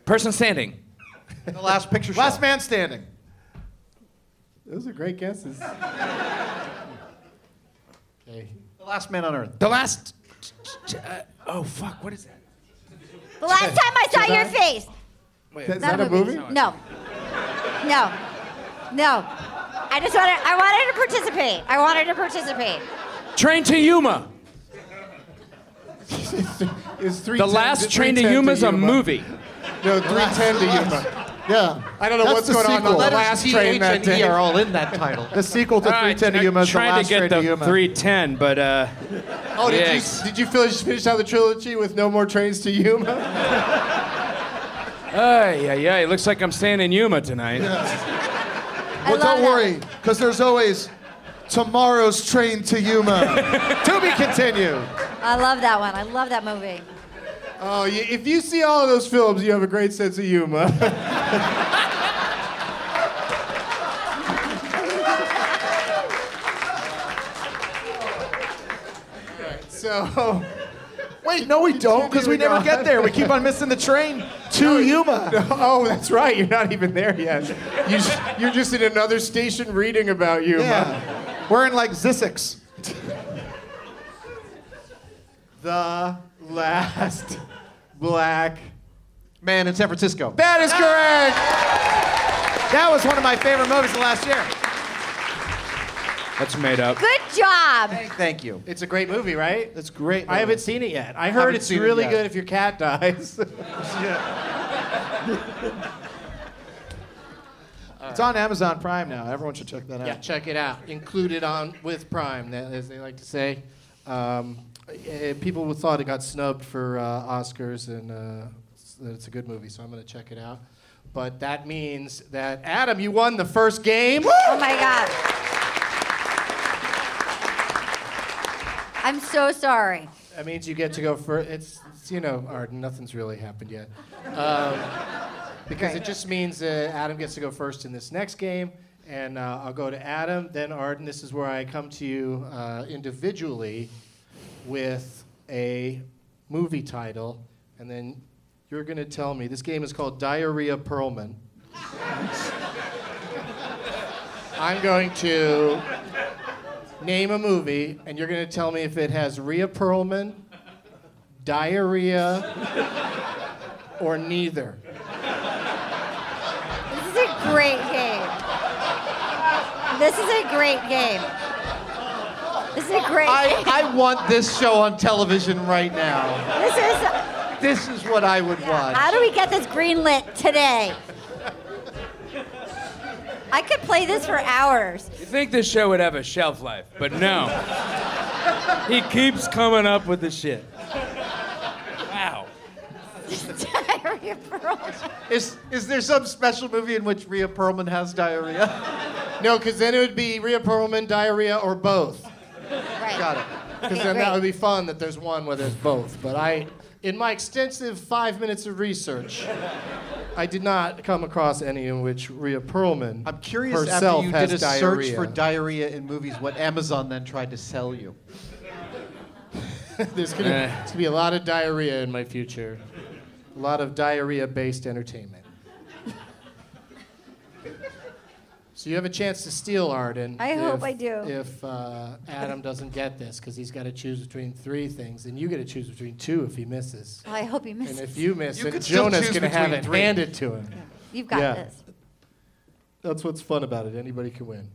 S4: Person standing.
S7: The last picture show.
S9: Last man standing.
S2: Those are great guesses. okay.
S7: The last man on earth.
S4: The last. Uh, oh fuck! What is that?
S3: the last time I saw your face.
S4: Wait.
S2: Is that a movie?
S3: No. No. No. I just wanted I wanted to participate. I wanted to participate.
S4: Train to Yuma.
S2: It's three.
S4: The last Train to Yuma is a movie.
S2: No, three ten to Yuma.
S9: Yeah.
S2: I don't know
S9: That's
S2: what's
S9: the
S2: going on.
S9: sequel.
S2: on the
S9: Letters
S2: last train that
S7: T
S2: day.
S7: are all in that title.
S9: The sequel to 310 to Yuma is the
S4: trying
S9: last
S4: to get
S9: train
S4: the
S9: to Yuma.
S4: 310, but uh,
S2: Oh, did
S4: Yes.
S2: you did you finish finish out the trilogy with no more trains to Yuma?
S4: uh, yeah, yeah. It looks like I'm staying in Yuma tonight.
S3: I
S6: Well,
S3: love
S6: don't
S3: that.
S6: worry, because there's always tomorrow's train to Yuma.
S9: to be continued.
S3: I love that one. I love that movie.
S2: Oh, you, if you see all of those films, you have a great sense of humor. So,
S9: Wait, no, we don't, because we never get there. We keep on missing the train to Yuma.
S2: oh, that's right. You're not even there yet. You, s- you're just in another station reading about Yuma.
S9: Yeah. We're in like Zissix.
S2: The last black.
S7: Man in San Francisco.
S9: That is correct. That was one of my favorite movies of last year.
S4: That's made up.
S3: Good job.
S7: Thank you.
S2: It's a great movie, right?
S9: That's great.
S2: I haven't seen it yet. I heard
S7: Haven't
S2: it's
S7: seen it
S2: really
S7: yet.
S2: good if your cat dies.
S9: It's on Amazon Prime now. Everyone should check that out.
S2: Yeah, check it out. Included on with Prime, that, as they like to say. Um, eh, people would thought it got snubbed for uh, Oscars, and uh, s- that it's a good movie, so I'm going to check it out. But that means that Adam, you won the first game.
S3: Oh my god. I'm so sorry.
S2: That means you get to go first. It's, it's you know, Arden, nothing's really happened yet. Um, because
S3: Great.
S2: it just means uh, Adam gets to go first in this next game. And uh, I'll go to Adam, then Arden. This is where I come to you uh, individually with a movie title. And then you're going to tell me. This game is called Diarrhea Perlman. I'm going to name a movie, and you're going to tell me if it has Rhea Perlman, diarrhea, or neither.
S3: This is a great game. This is a great game. This is a great
S7: I,
S3: game.
S7: I want this show on television right now.
S3: This is.
S7: This is what I would
S3: How
S7: watch.
S3: do we get this greenlit today? I could play this for hours.
S4: You think this show would have a shelf life, but no. he keeps coming up with the shit. Wow.
S3: Diarrhea Pearl.
S7: Is, is there some special movie in which Rhea Perlman has diarrhea?
S2: No, because then it would be Rhea Perlman, diarrhea, or both.
S3: Right.
S7: Got it.
S2: Because
S3: Okay,
S2: then
S3: great.
S2: that would be fun that there's one where there's both. But I, in my extensive five minutes of research, I did not come across any in which Rhea Perlman
S7: I'm curious
S2: herself
S7: after you did a
S2: has
S7: search for diarrhea in movies, what Amazon then tried to sell you.
S2: There's gonna,
S4: Eh.
S2: it's gonna be a lot of diarrhea in my future. A lot of diarrhea-based entertainment. so you have a chance to steal Arden.
S3: I hope I do.
S2: If uh, Adam doesn't get this, because he's got to choose between three things, and you get to choose between two if he misses.
S3: Well, I hope you
S2: And
S3: missed
S2: if
S3: it.
S2: you miss
S7: You
S2: it,
S7: could still
S2: Jonah's
S7: choose
S2: gonna have
S7: between
S2: it
S7: three.
S2: handed to him.
S3: You've got
S2: Yeah.
S3: this.
S2: That's what's fun about it. Anybody can win.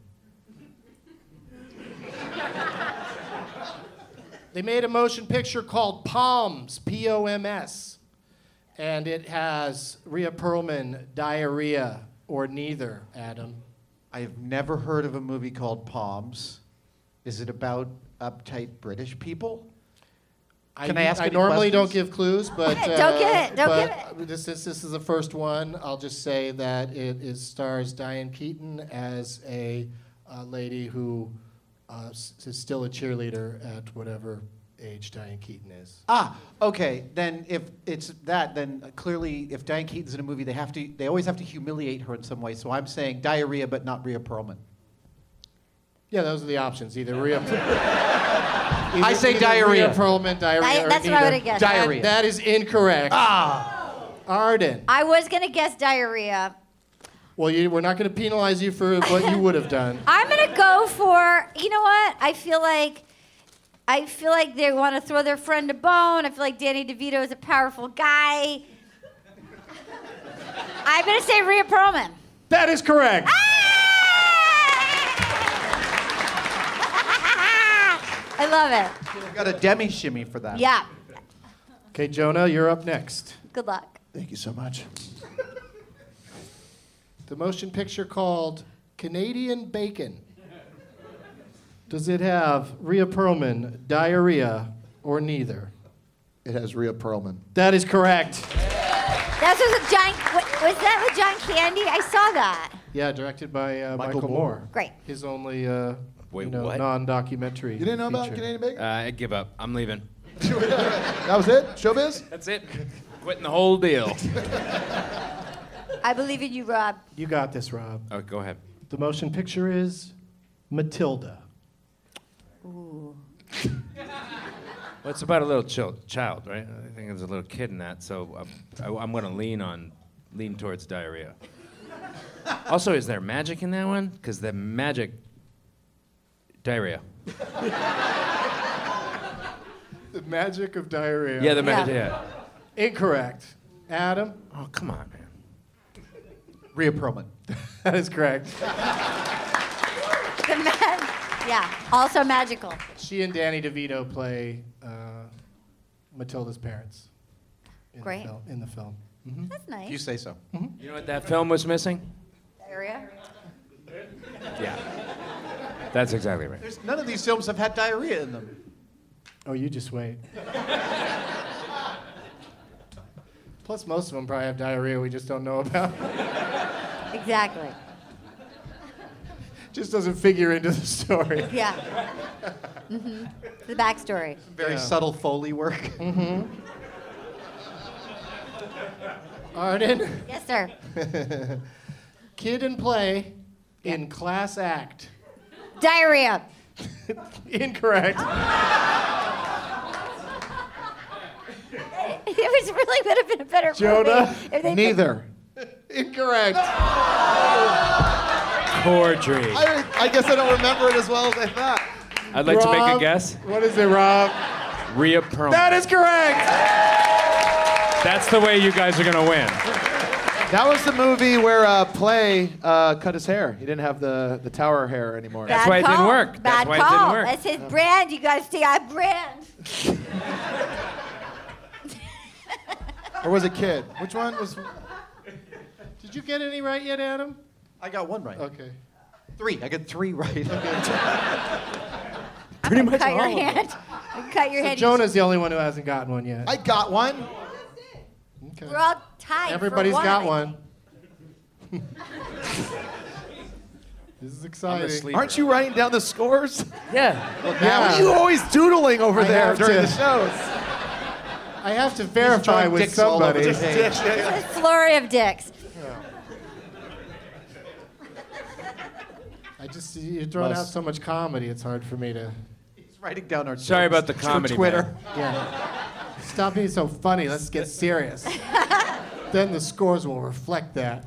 S2: they made a motion picture called Palms, P O M S, and it has Rhea Perlman, diarrhea, or neither, Adam.
S7: I have never heard of a movie called Palms. Is it about uptight British people? Can I ask
S2: I
S7: any
S2: normally don't
S7: questions?
S2: give clues, but uh,
S3: Okay, don't give it, don't
S2: but
S3: give
S2: This, this this is the first one. I'll just say that it is stars Diane Keaton as a uh, lady who uh, s- is still a cheerleader at whatever age Diane Keaton is.
S7: Ah, okay. Then if it's that, then clearly, if Diane Keaton's in a movie, they have to, they always have to humiliate her in some way. So I'm saying diarrhea, but not Rhea Perlman.
S2: Yeah, those are the options. Either Rhea.
S7: I say
S2: either
S7: diarrhea.
S2: Rhea Perlman, diarrhea.
S3: Di-
S2: or
S3: that's what I
S2: neither.
S3: would've guessed.
S2: That-
S7: Diarrhea.
S2: That is incorrect. Ah. Arden.
S3: I was gonna guess diarrhea.
S2: Well, you, we're not going to penalize you for what you would have done.
S3: I'm gonna go for you know what? I feel like I feel like they want to throw their friend a bone. I feel like Danny DeVito is a powerful guy. I'm gonna say Rhea Perlman.
S2: That is correct.
S3: I love it.
S7: I've got a demi shimmy for that.
S3: Yeah.
S2: Okay, Jonah, you're up next.
S3: Good luck.
S6: Thank you so much.
S2: The motion picture called Canadian Bacon. Does it have Rhea Perlman, diarrhea, or neither?
S6: It has Rhea Perlman.
S2: That is correct.
S3: That was with John. wa- Was that with John Candy? I saw that.
S2: Yeah, directed by uh,
S6: Michael
S2: Michael,
S6: Moore.
S2: Moore.
S3: Great.
S2: His only uh,
S4: Wait,
S2: you know,
S4: what?
S2: non-documentary.
S6: You didn't know about Canadian Bacon?
S4: Uh, I give up. I'm leaving.
S6: That was it? Showbiz?
S4: That's it. Quitting the whole deal.
S3: I believe in you, Rob.
S2: You got this, Rob.
S4: Oh, go ahead.
S2: The motion picture is Matilda.
S4: Well, it's about a little chil- child, right? I think there's a little kid in that, so I'm, I, I'm going to lean on, lean towards diarrhea. also, is there magic in that one? Because the magic, diarrhea.
S2: The magic of diarrhea.
S4: Yeah, the
S3: Yeah.
S4: magic. Yeah.
S2: Incorrect. Adam,
S4: Oh, come on, man.
S7: Rhea Perlman.
S2: that is correct.
S3: The ma- yeah. Also magical.
S2: She and Danny DeVito play uh, Matilda's parents. In
S3: Great.
S2: The film, in the film.
S3: That's nice.
S7: You say so.
S4: You know what that film was missing?
S3: Diarrhea.
S4: Yeah. That's exactly right.
S7: There's, none of these films have had diarrhea in them.
S2: Oh, you just wait. Plus, most of them probably have diarrhea we just don't know about.
S3: Exactly.
S2: just doesn't figure into the story.
S3: Yeah. hmm The backstory.
S7: Very subtle Foley work.
S2: Arden,
S3: Yes, sir.
S2: kid in play, in class act.
S3: Diarrhea.
S2: Incorrect.
S3: It was really would have been a better
S2: Jonah,
S3: movie if they
S9: Neither.
S2: Incorrect.
S4: Cordry.
S9: I, I guess I don't remember it as well as I thought.
S4: I'd like to make a
S2: Rob,
S4: guess.
S2: What is it, Rob?
S4: Rhea Perlman.
S2: That is correct.
S4: That's the way you guys are gonna win.
S9: That was the movie where uh, Play uh, cut his hair. He didn't have the, the tower hair anymore.
S3: Bad
S4: why it didn't
S3: call.
S4: work. That's
S3: Bad
S4: why it
S3: call.
S4: didn't work.
S3: That's his brand. You guys see, I brand.
S9: Or was it Kid? Which one was?
S2: Did you get any right yet, Adam?
S5: I got one
S7: Oh,
S5: right.
S2: Okay.
S5: Three. I got three right.
S4: Pretty much
S3: Cut
S4: all.
S3: your
S4: of them.
S3: hand. Cut your
S2: So
S3: hand.
S2: Jonah's the only one who hasn't gotten one yet.
S9: I got one.
S2: Okay.
S3: We're all tied.
S2: Everybody's
S3: for one,
S2: got
S3: I
S2: one.
S3: think.
S2: This is
S4: I'm a
S2: exciting.
S4: sleeper.
S9: Aren't you writing down the scores?
S4: Yeah.
S9: How are you always doodling over
S2: I
S9: there
S2: have
S9: during
S2: to.
S9: the shows?
S2: I have to verify with
S9: dicks all over
S2: somebody.
S9: the
S3: A flurry of dicks.
S2: I just you're throwing out so much comedy. It's hard for me to.
S5: It's writing down our.
S4: Sorry about the comedy.
S5: Twitter.
S4: man.
S2: Yeah. Stop being so funny. Let's get serious. then the scores will reflect that.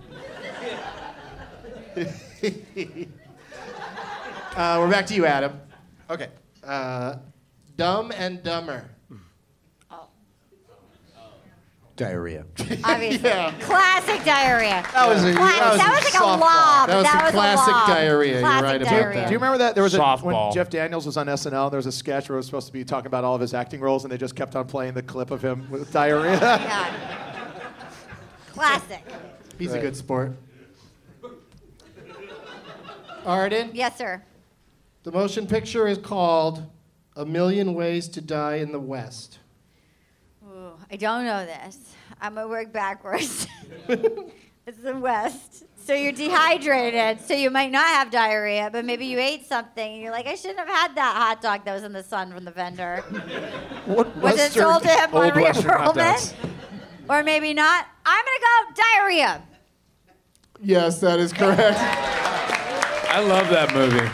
S2: uh, we're back to you, Adam.
S5: Okay.
S2: Uh, dumb and dumber.
S5: Diarrhea.
S3: Obviously. Classic diarrhea.
S9: That was a,
S3: Classic. That was, like a lob.
S2: That was a classic diarrhea. You're
S3: Classic
S2: right about
S3: diarrhea.
S2: that.
S9: Do you remember that there was a when
S4: Softball.
S9: Jeff Daniels was on SNL? There was a sketch where it was supposed to be talking about all of his acting roles, and they just kept on playing the clip of him with diarrhea.
S3: Yeah. Classic.
S2: He's a good sport. Arden,
S3: Yes, sir.
S2: the motion picture is called A Million Ways to Die in the West.
S3: Ooh, I don't know this. I'm gonna work backwards. it's the West. So you're dehydrated, so you might not have diarrhea, but maybe you ate something and you're like, I shouldn't have had that hot dog that was in the sun from the vendor.
S9: what
S3: Was it sold to him by
S4: old
S3: Rhea
S4: Western
S3: Perlman?
S4: hot dogs.
S3: Or maybe not. I'm gonna go diarrhea.
S2: Yes, that is correct.
S4: I love that movie.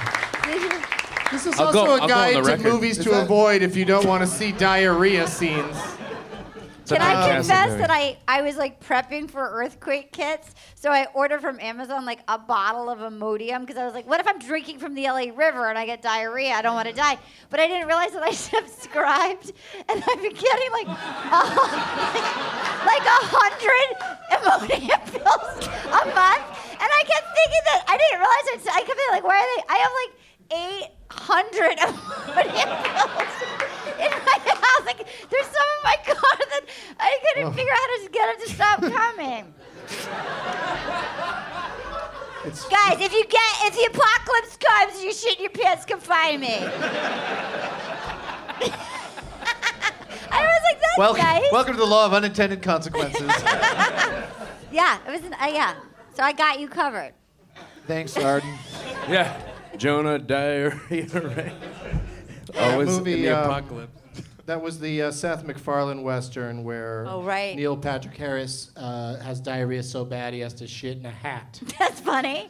S2: This is
S4: I'll
S2: also
S4: go- I'll go
S2: a
S4: on the
S2: guide to
S4: record.
S2: movies to avoid if you don't want to see diarrhea scenes.
S4: It's a
S3: Can I
S4: fantastic
S3: confess
S4: movie.
S3: that I, I was like prepping for earthquake kits? So I ordered from Amazon like a bottle of Imodium because I was like, what if I'm drinking from the LA River and I get diarrhea? I don't want to die. But I didn't realize that I subscribed and I've been getting like a, like a hundred Imodium pills a month. And I kept thinking that I didn't realize it. I kept thinking, like, why are they? I have like 800 Imodium pills in my house. Like, there's some in my car that I couldn't figure out how to get it to stop coming. Guys, if you get if the apocalypse comes and you shit your pants, come find me. I was like, that's
S7: Welcome,
S3: nice.
S7: welcome to the law of unintended consequences.
S3: Yeah, it was an, uh, yeah. So I got you covered.
S9: Thanks, Arden.
S4: Yeah. Jonah diarrhea. Right? Always in
S2: movie,
S4: the
S2: um,
S4: apocalypse.
S2: That was the uh, Seth MacFarlane Western where
S3: Oh, right.
S2: Neil Patrick Harris uh, has diarrhea so bad he has to shit in a hat.
S3: That's funny.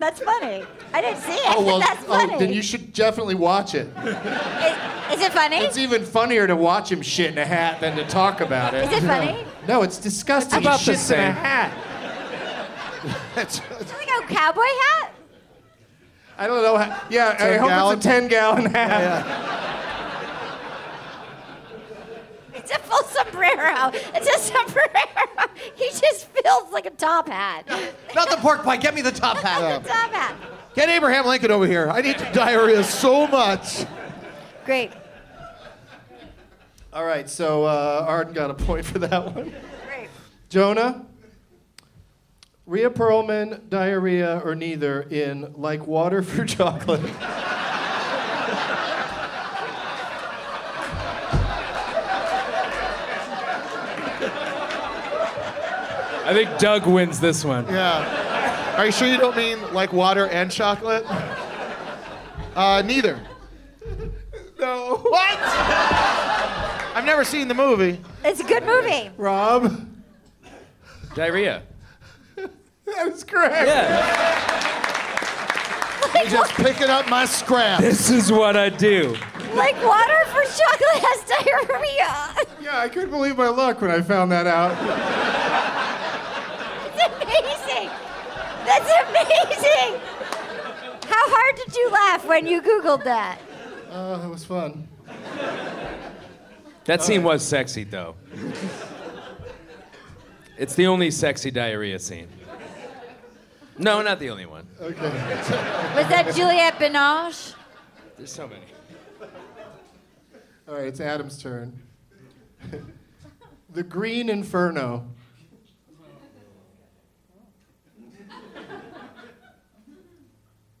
S3: That's funny. I didn't see it.
S2: Oh, well,
S3: that's funny.
S2: oh, then you should definitely watch it.
S3: is, is it funny?
S2: It's even funnier to watch him shit in a hat than to talk about it.
S3: Is it funny?
S2: No, it's disgusting.
S4: about
S2: he
S4: the
S2: shits in a
S4: same.
S2: hat.
S3: It's like a cowboy hat.
S2: I don't know how. Yeah, I hope it's a 10 gallon hat.
S3: It's a full sombrero. It's a sombrero. He just feels like a top hat.
S5: Not the pork pie. Get me the top hat.
S3: That's a top hat.
S9: Get Abraham Lincoln over here. I need diarrhea so much.
S3: Great.
S2: All right, so uh, Arden got a point for that one.
S3: Great.
S2: Jonah, Rhea Perlman, diarrhea, or neither in Like Water for Chocolate.
S4: I think Doug wins this one.
S9: Yeah. Are you sure you don't mean like water and chocolate? Uh, neither. No. What? I've never seen the movie.
S3: It's a good movie.
S2: Rob,
S4: Diarrhea.
S2: That is correct.
S4: Yeah.
S6: You're just picking up my scraps.
S4: This is what I do.
S3: Like water for chocolate has diarrhea.
S2: Yeah, I couldn't believe my luck when I found that out.
S3: It's amazing. That's amazing. How hard did you laugh when you Googled that?
S2: Oh, that was fun.
S4: That scene was sexy, though. it's the only sexy diarrhea scene. No, not the only one.
S3: Was that Juliette Binoche?
S4: There's so many.
S2: All right, it's Adam's turn. the Green Inferno.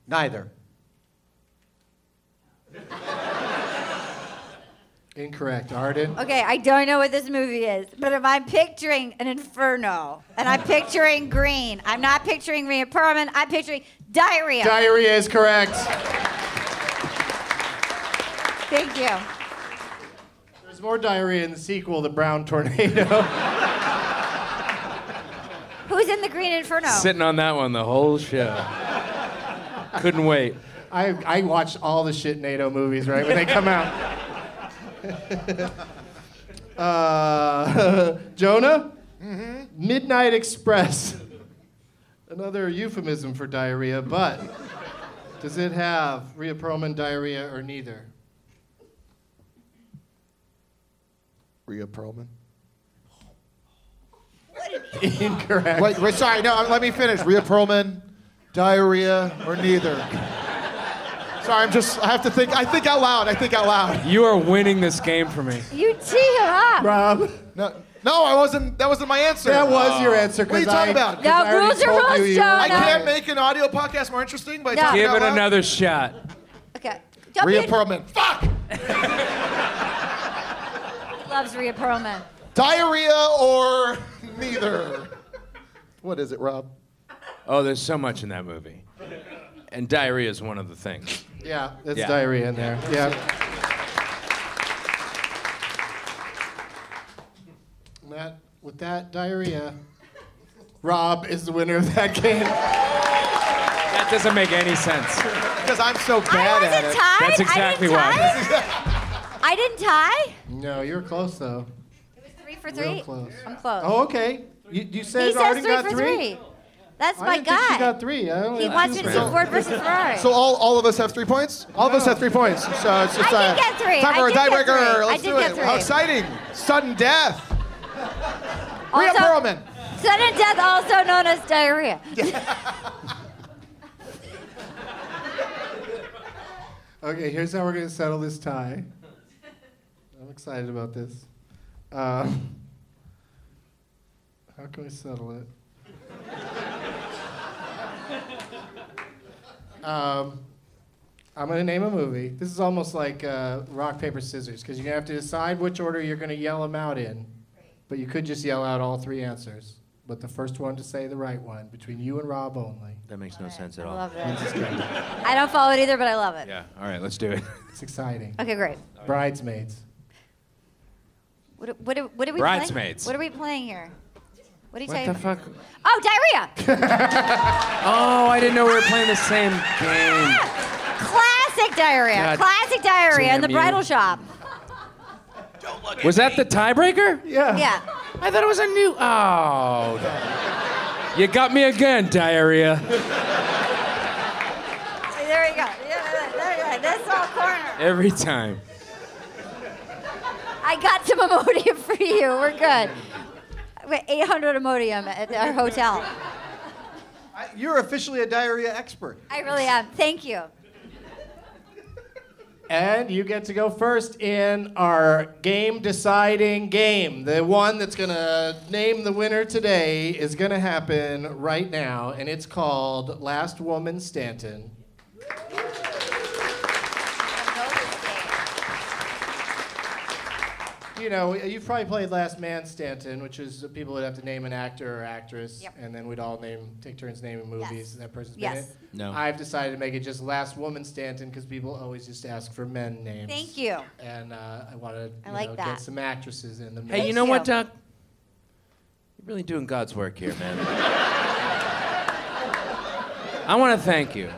S5: Neither.
S2: Incorrect. Arden.
S3: Okay, I don't know what this movie is, but if I'm picturing an inferno and I'm picturing green, I'm not picturing Rhea Perlman, I'm picturing diarrhea.
S2: Diarrhea is correct.
S3: Thank you.
S2: There's more diarrhea in the sequel, The Brown Tornado.
S3: Who's in the green inferno?
S4: Sitting on that one the whole show. Couldn't wait.
S2: I, I watch all the shit NATO movies, right, when they come out. uh, Jonah?
S9: Mm-hmm.
S2: Midnight Express. Another euphemism for diarrhea, but does it have Rhea Perlman diarrhea or neither?
S6: Rhea Perlman.
S2: Incorrect.
S9: Wait, wait, sorry, no, let me finish. Rhea Perlman, diarrhea, or neither. Sorry, I'm just, I have to think, I think out loud, I think out loud.
S4: You are winning this game for me.
S3: You tee him up.
S2: Rob,
S9: No, no, I wasn't, that wasn't my answer.
S2: that was your answer.
S9: Uh, What are you
S2: 'cause
S9: talking
S2: I-
S9: about?
S2: 'cause
S3: No,
S2: I already
S3: rules are
S2: told
S3: rules,
S2: you you
S3: Jonah.
S2: were
S9: I can't
S2: right.
S9: make an audio podcast more interesting by
S3: No.
S9: talking
S4: Give
S9: out
S4: it
S9: loud.
S4: another shot.
S3: Okay. Don't
S9: Rhea
S3: be
S9: Perlman. Fuck!
S3: loves Rhea Perlman.
S9: Diarrhea or neither. What is it, Rob?
S4: Oh, there's so much in that movie. And diarrhea is one of the things.
S2: Yeah, that's
S4: Yeah.
S2: diarrhea in there. Yeah. And that, with that diarrhea, Rob is the winner of that game.
S4: That doesn't make any sense.
S9: Because I'm so
S3: I
S9: bad at
S3: wasn't
S9: it.
S3: tied.
S4: That's
S3: I
S4: exactly
S3: didn't
S4: why.
S3: tie. I didn't tie.
S2: No, you were close though.
S3: It was three for three.
S2: close.
S3: I'm close.
S2: Oh, okay. You, you said
S3: he
S2: Arden
S3: says
S2: got
S3: three for
S2: three.
S3: three. That's
S2: I
S3: my
S2: didn't think she
S3: guy.
S2: got three. I only
S3: He wants me to see Ford versus Ferrari.
S9: So all, all of us have three points? All of us have three points. So it's just
S3: I
S9: uh,
S3: did get three.
S9: time
S3: I
S9: for a
S3: did get three.
S9: tiebreaker.
S3: I
S9: Let's
S3: did
S9: do
S3: get
S9: it.
S3: three.
S9: How exciting. Sudden death. Rhea
S3: Also-
S9: Perlman.
S3: Sudden death, also known as diarrhea.
S2: Okay, here's how we're gonna settle this tie. I'm excited about this. Um, how can we settle it? um, I'm gonna name a movie. This is almost like uh, rock paper scissors because you're gonna have to decide which order you're gonna yell them out in. But you could just yell out all three answers. But the first one to say the right one between you and Rob only.
S4: That makes no sense
S3: I
S4: at all.
S3: love it. I don't follow it either, but I love it.
S4: Yeah, all right, let's do it.
S2: It's exciting.
S3: Okay, great.
S2: Bridesmaids.
S3: What, what, what, are we
S4: Bridesmaids.
S3: Playing? What are we playing here? What are you
S4: What
S3: talking
S4: the fuck?
S3: Oh, diarrhea!
S4: Oh, I didn't know we were playing the same game.
S3: Classic diarrhea.
S4: God
S3: Classic diarrhea in
S4: damn
S3: the
S4: you.
S3: bridal shop.
S4: Was that the tiebreaker?
S3: Yeah.
S4: I thought it was a new. Oh. You got me again, diarrhea.
S3: There you go. Yeah, there you go. This whole corner.
S4: Every time.
S3: I got some Imodium for you. We're good. We have 800 Imodium at our hotel.
S5: I- you're officially a diarrhea expert.
S3: I really am. Thank you.
S2: And you get to go first in our game deciding game. The one that's going to name the winner today is going to happen right now, and it's called Last Woman Stanton. You know, you've probably played Last Man Stanton, which is the people would have to name an actor or actress,
S3: Yep.
S2: and then we'd all name take turns naming movies
S3: Yes.
S2: that person's been
S3: Yes.
S2: in.
S4: No.
S2: I've decided to make it just Last Woman Stanton because people always just ask for men names.
S3: Thank you.
S2: and uh, I want to
S3: I like
S2: know,
S3: that.
S2: get some actresses in the mix.
S4: Hey,
S3: Thank
S4: you know what,
S3: you.
S4: Doc? You've really doing God's work here, man. I want to thank you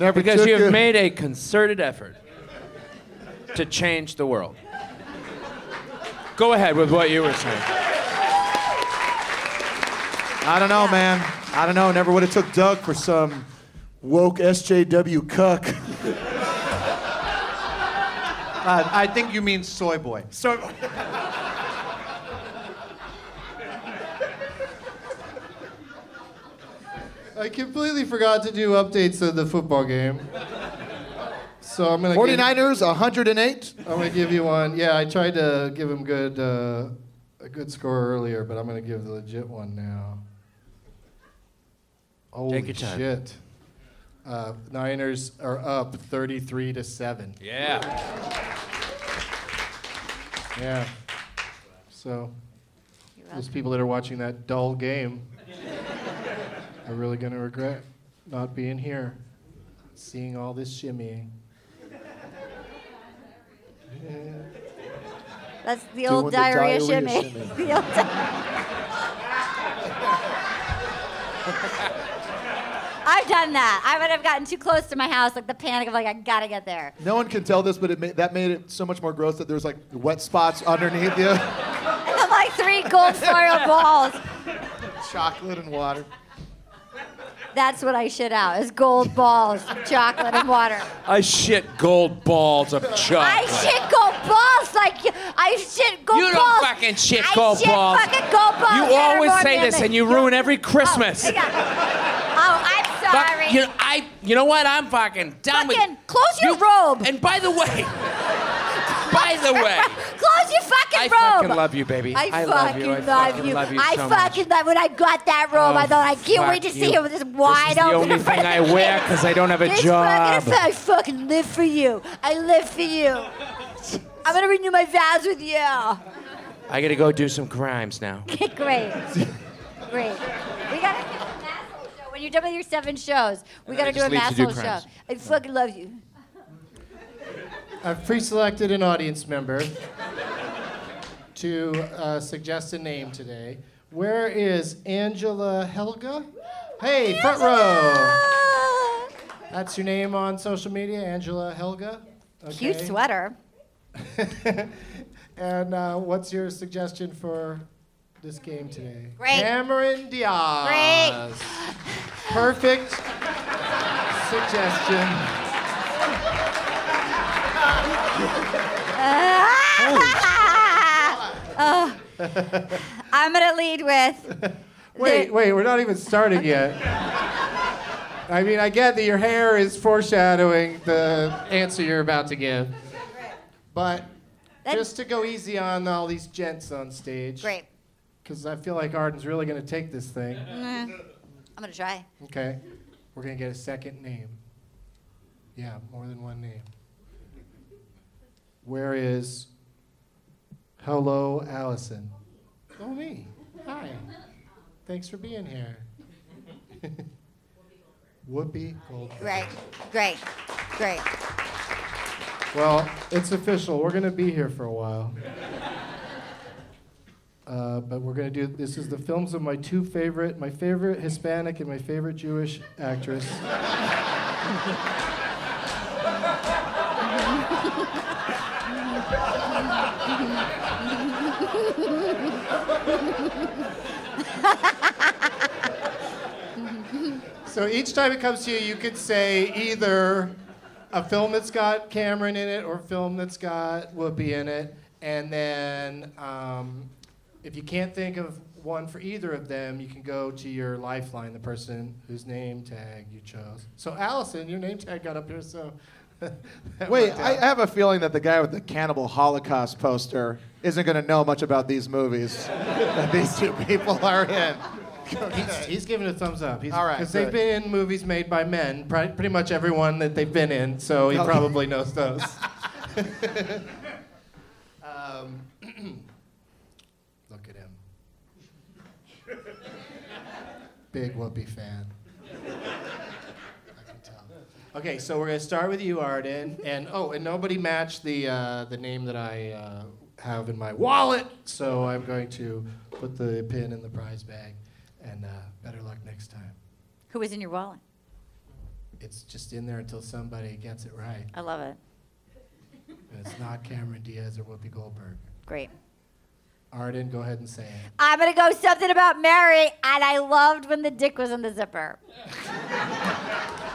S9: Never
S4: because
S9: took
S4: you
S9: a-
S4: have made a concerted effort to change the world. Go ahead with what you were saying.
S6: I don't know, man. I don't know. Never would have took Doug for some woke SJW cuck.
S7: Uh, I think you mean soy boy.
S6: So
S2: I completely forgot to do updates of the football game. So I'm gonna.
S6: 49ers 108.
S2: Give, I'm gonna give you one. Yeah, I tried to give him good uh, a good score earlier, but I'm gonna give the legit one now. Holy
S4: your time.
S2: shit! Uh, Niners are up 33 to seven.
S4: Yeah.
S2: Yeah. So those people that are watching that dull game are really going to regret not being here, seeing all this shimmying.
S3: That's the old
S6: Doing the
S3: diarrhea,
S6: diarrhea
S3: shimmy.
S6: shimmy.
S3: the old di- I've done that. I would have gotten too close to my house, like the panic of like I gotta get there.
S6: No one can tell this, but it ma- that made it so much more gross that there's like wet spots underneath you.
S3: And then, like three gold foil balls.
S6: Chocolate and water.
S3: That's what I shit out is gold balls, chocolate and water.
S4: I shit gold balls of
S3: I
S4: chocolate.
S3: shit gold balls like you- I shit gold
S4: You
S3: balls.
S4: don't fucking shit
S3: I
S4: gold
S3: shit
S4: balls.
S3: fucking gold balls.
S4: You
S3: that are
S4: always
S3: more
S4: say
S3: than
S4: this
S3: me.
S4: and you ruin every Christmas.
S3: Oh, yeah. oh I'm
S4: Fuck,
S3: sorry.
S4: you know, I, you know what? I'm fucking done
S3: Fucking
S4: with
S3: close your
S4: you,
S3: robe.
S4: And by the way, by the way,
S3: Close your fucking
S4: I
S3: robe.
S4: fucking love you, baby.
S3: I,
S4: I love
S3: fucking
S4: you. I
S3: love
S4: fucking
S3: you.
S4: love you
S3: I
S4: so much. Oh,
S3: fucking love when I got that robe. I thought I can't wait to
S4: fuck
S3: see
S4: you.
S3: it with this wide
S4: this is the
S3: open.
S4: only
S3: in front
S4: thing
S3: of
S4: I
S3: the
S4: wear
S3: kids.
S4: because I don't have a
S3: This
S4: job.
S3: Fucking, I fucking live for you. I live for you. I'm gonna renew my vows with you.
S4: I gotta go do some crimes now.
S3: Great. Great. We gotta do an asshole show. When you're done with your seven shows, we
S4: And then
S3: gotta
S4: I
S3: do
S4: just
S3: an
S4: leave to do
S3: asshole show.
S4: crimes.
S3: I fucking love you.
S2: I've pre selected an audience member to uh, suggest a name today. Where is Angela Helga? Hey, front row.
S3: Ah,
S2: That's your name on social media, Angela Helga.
S3: Cute
S2: Okay.
S3: sweater.
S2: and uh, what's your suggestion for this game today?
S3: Great.
S2: Cameron Diaz.
S3: Great.
S2: Perfect suggestion.
S3: Ah. Oh. I'm gonna lead with
S2: Wait,
S3: The-
S2: wait, we're not even starting yet. I mean, I get that your hair is foreshadowing the answer you're about to give. But
S3: That-
S2: just to go easy on all these gents on stage.
S3: great.
S2: Because I feel like Arden's really going to take this thing.
S3: I'm gonna try.
S2: Okay. We're going to get a second name. Yeah, more than one name. Where is Hello Allison? Oh, me. Hi. Thanks for being here. Whoopi Goldberg.
S3: Great, great, great.
S2: Well, it's official. We're going to be here for a while. Uh, but we're going to do this is the films of my two favorite my favorite Hispanic and my favorite Jewish actress. so each time it comes to you, you could say either a film that's got Cameron in it or a film that's got Whoopi in it. And then um, if you can't think of one for either of them, you can go to your lifeline, the person whose name tag you chose. So, Allison, your name tag got up here, so. that
S6: Wait,
S2: worked
S6: I
S2: out.
S6: have a feeling that the guy with the cannibal Holocaust poster isn't going to know much about these movies that these two people are in.
S2: He's, he's giving a thumbs up. He's,
S6: All right,
S2: Because they've
S6: good.
S2: been in movies made by men, pri- pretty much everyone that they've been in, so he
S6: Okay.
S2: probably knows those. um, look at him. Big Whoopi fan. I can tell. Okay, so we're gonna start with you, Arden, and oh, and nobody matched the uh, the name that I uh, have in my wallet. So I'm going to put the pin in the prize bag, and uh, better luck next time.
S3: Who was in your wallet?
S2: It's just in there until somebody gets it right.
S3: I love it.
S2: And it's not Cameron Diaz or Whoopi Goldberg.
S3: Great.
S2: Arden, go ahead and say it.
S3: I'm gonna go something about Mary, and I loved when the dick was in the zipper.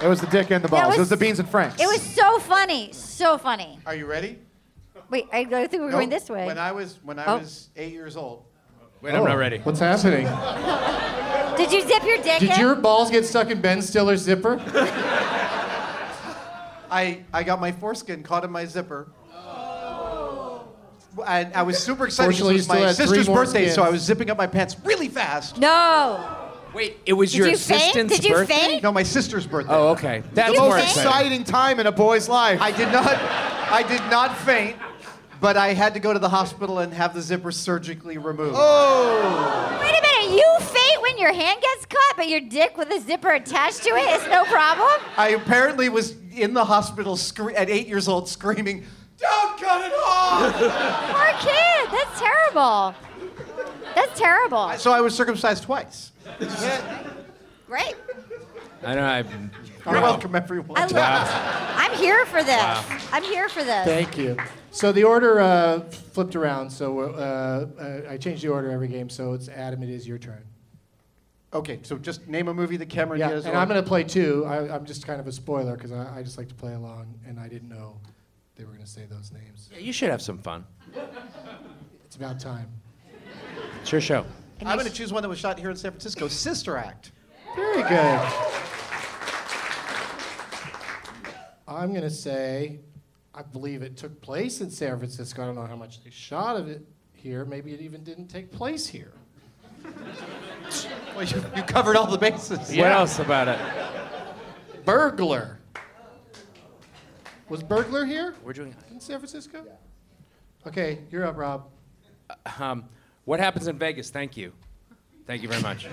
S11: It was the dick and the balls.
S3: was-
S11: it was the beans and franks.
S3: It was so funny, so funny.
S5: Are you ready?
S3: Wait, I I think we're going this way.
S5: When I was when I
S3: Oh.
S5: was eight years old,
S4: Wait, I'm not ready.
S2: What's happening?
S3: Did you zip your dick
S2: Did
S3: in?
S2: your balls get stuck in Ben Stiller's zipper?
S5: I, I got my foreskin caught in my zipper.
S3: Oh.
S5: And I was super excited because
S2: Fortunately,
S5: it
S2: you
S5: was
S2: still
S5: my
S2: had three
S5: sister's
S2: more
S5: birthday, so
S2: skins.
S5: I was zipping up my pants really fast.
S3: no.
S4: Wait, it was
S3: Did
S4: your
S3: you faint?
S4: assistant's
S3: Did you
S4: birthday?
S3: faint?
S5: No, my sister's birthday.
S4: Oh, okay. That's
S3: you
S4: more
S3: faint?
S4: exciting.
S11: exciting time in a boy's life.
S5: I did not I did not faint, but I had to go to the hospital and have the zipper surgically removed.
S3: Wait a minute, you faint when your hand gets cut, but your dick with a zipper attached to it is no problem?
S5: I apparently was in the hospital scre- at eight years old screaming, Don't cut it off!
S3: Poor kid, that's terrible. That's terrible.
S5: so I was circumcised twice.
S3: Right?
S4: I know. I,
S5: You're welcome, everyone.
S3: I love I'm here for this. I'm here for this.
S2: Thank you. So the order uh, flipped around. So uh, uh, I change the order every game. So it's Adam. It is your turn.
S5: okay, so just name a movie that Cameron
S2: Yeah,
S5: Diaz
S2: and
S5: or-
S2: I'm going to play two. I, I'm just kind of a spoiler because I, I just like to play along, and I didn't know they were going to say those names.
S4: you should have some fun.
S2: It's about time.
S4: It's your show.
S5: I'm going to choose one that was shot here in San Francisco, Sister Act.
S2: Very good. I'm going to say, I believe it took place in San Francisco. I don't know how much they shot of it here. Maybe it even didn't take place here.
S5: Well, you, you covered all the bases.
S4: What else about it?
S2: Burglar. Was Burglar here
S4: We're doing.
S2: in San Francisco? Okay, you're up, Rob.
S4: Um, what happens in Vegas? Thank you. Thank you very much.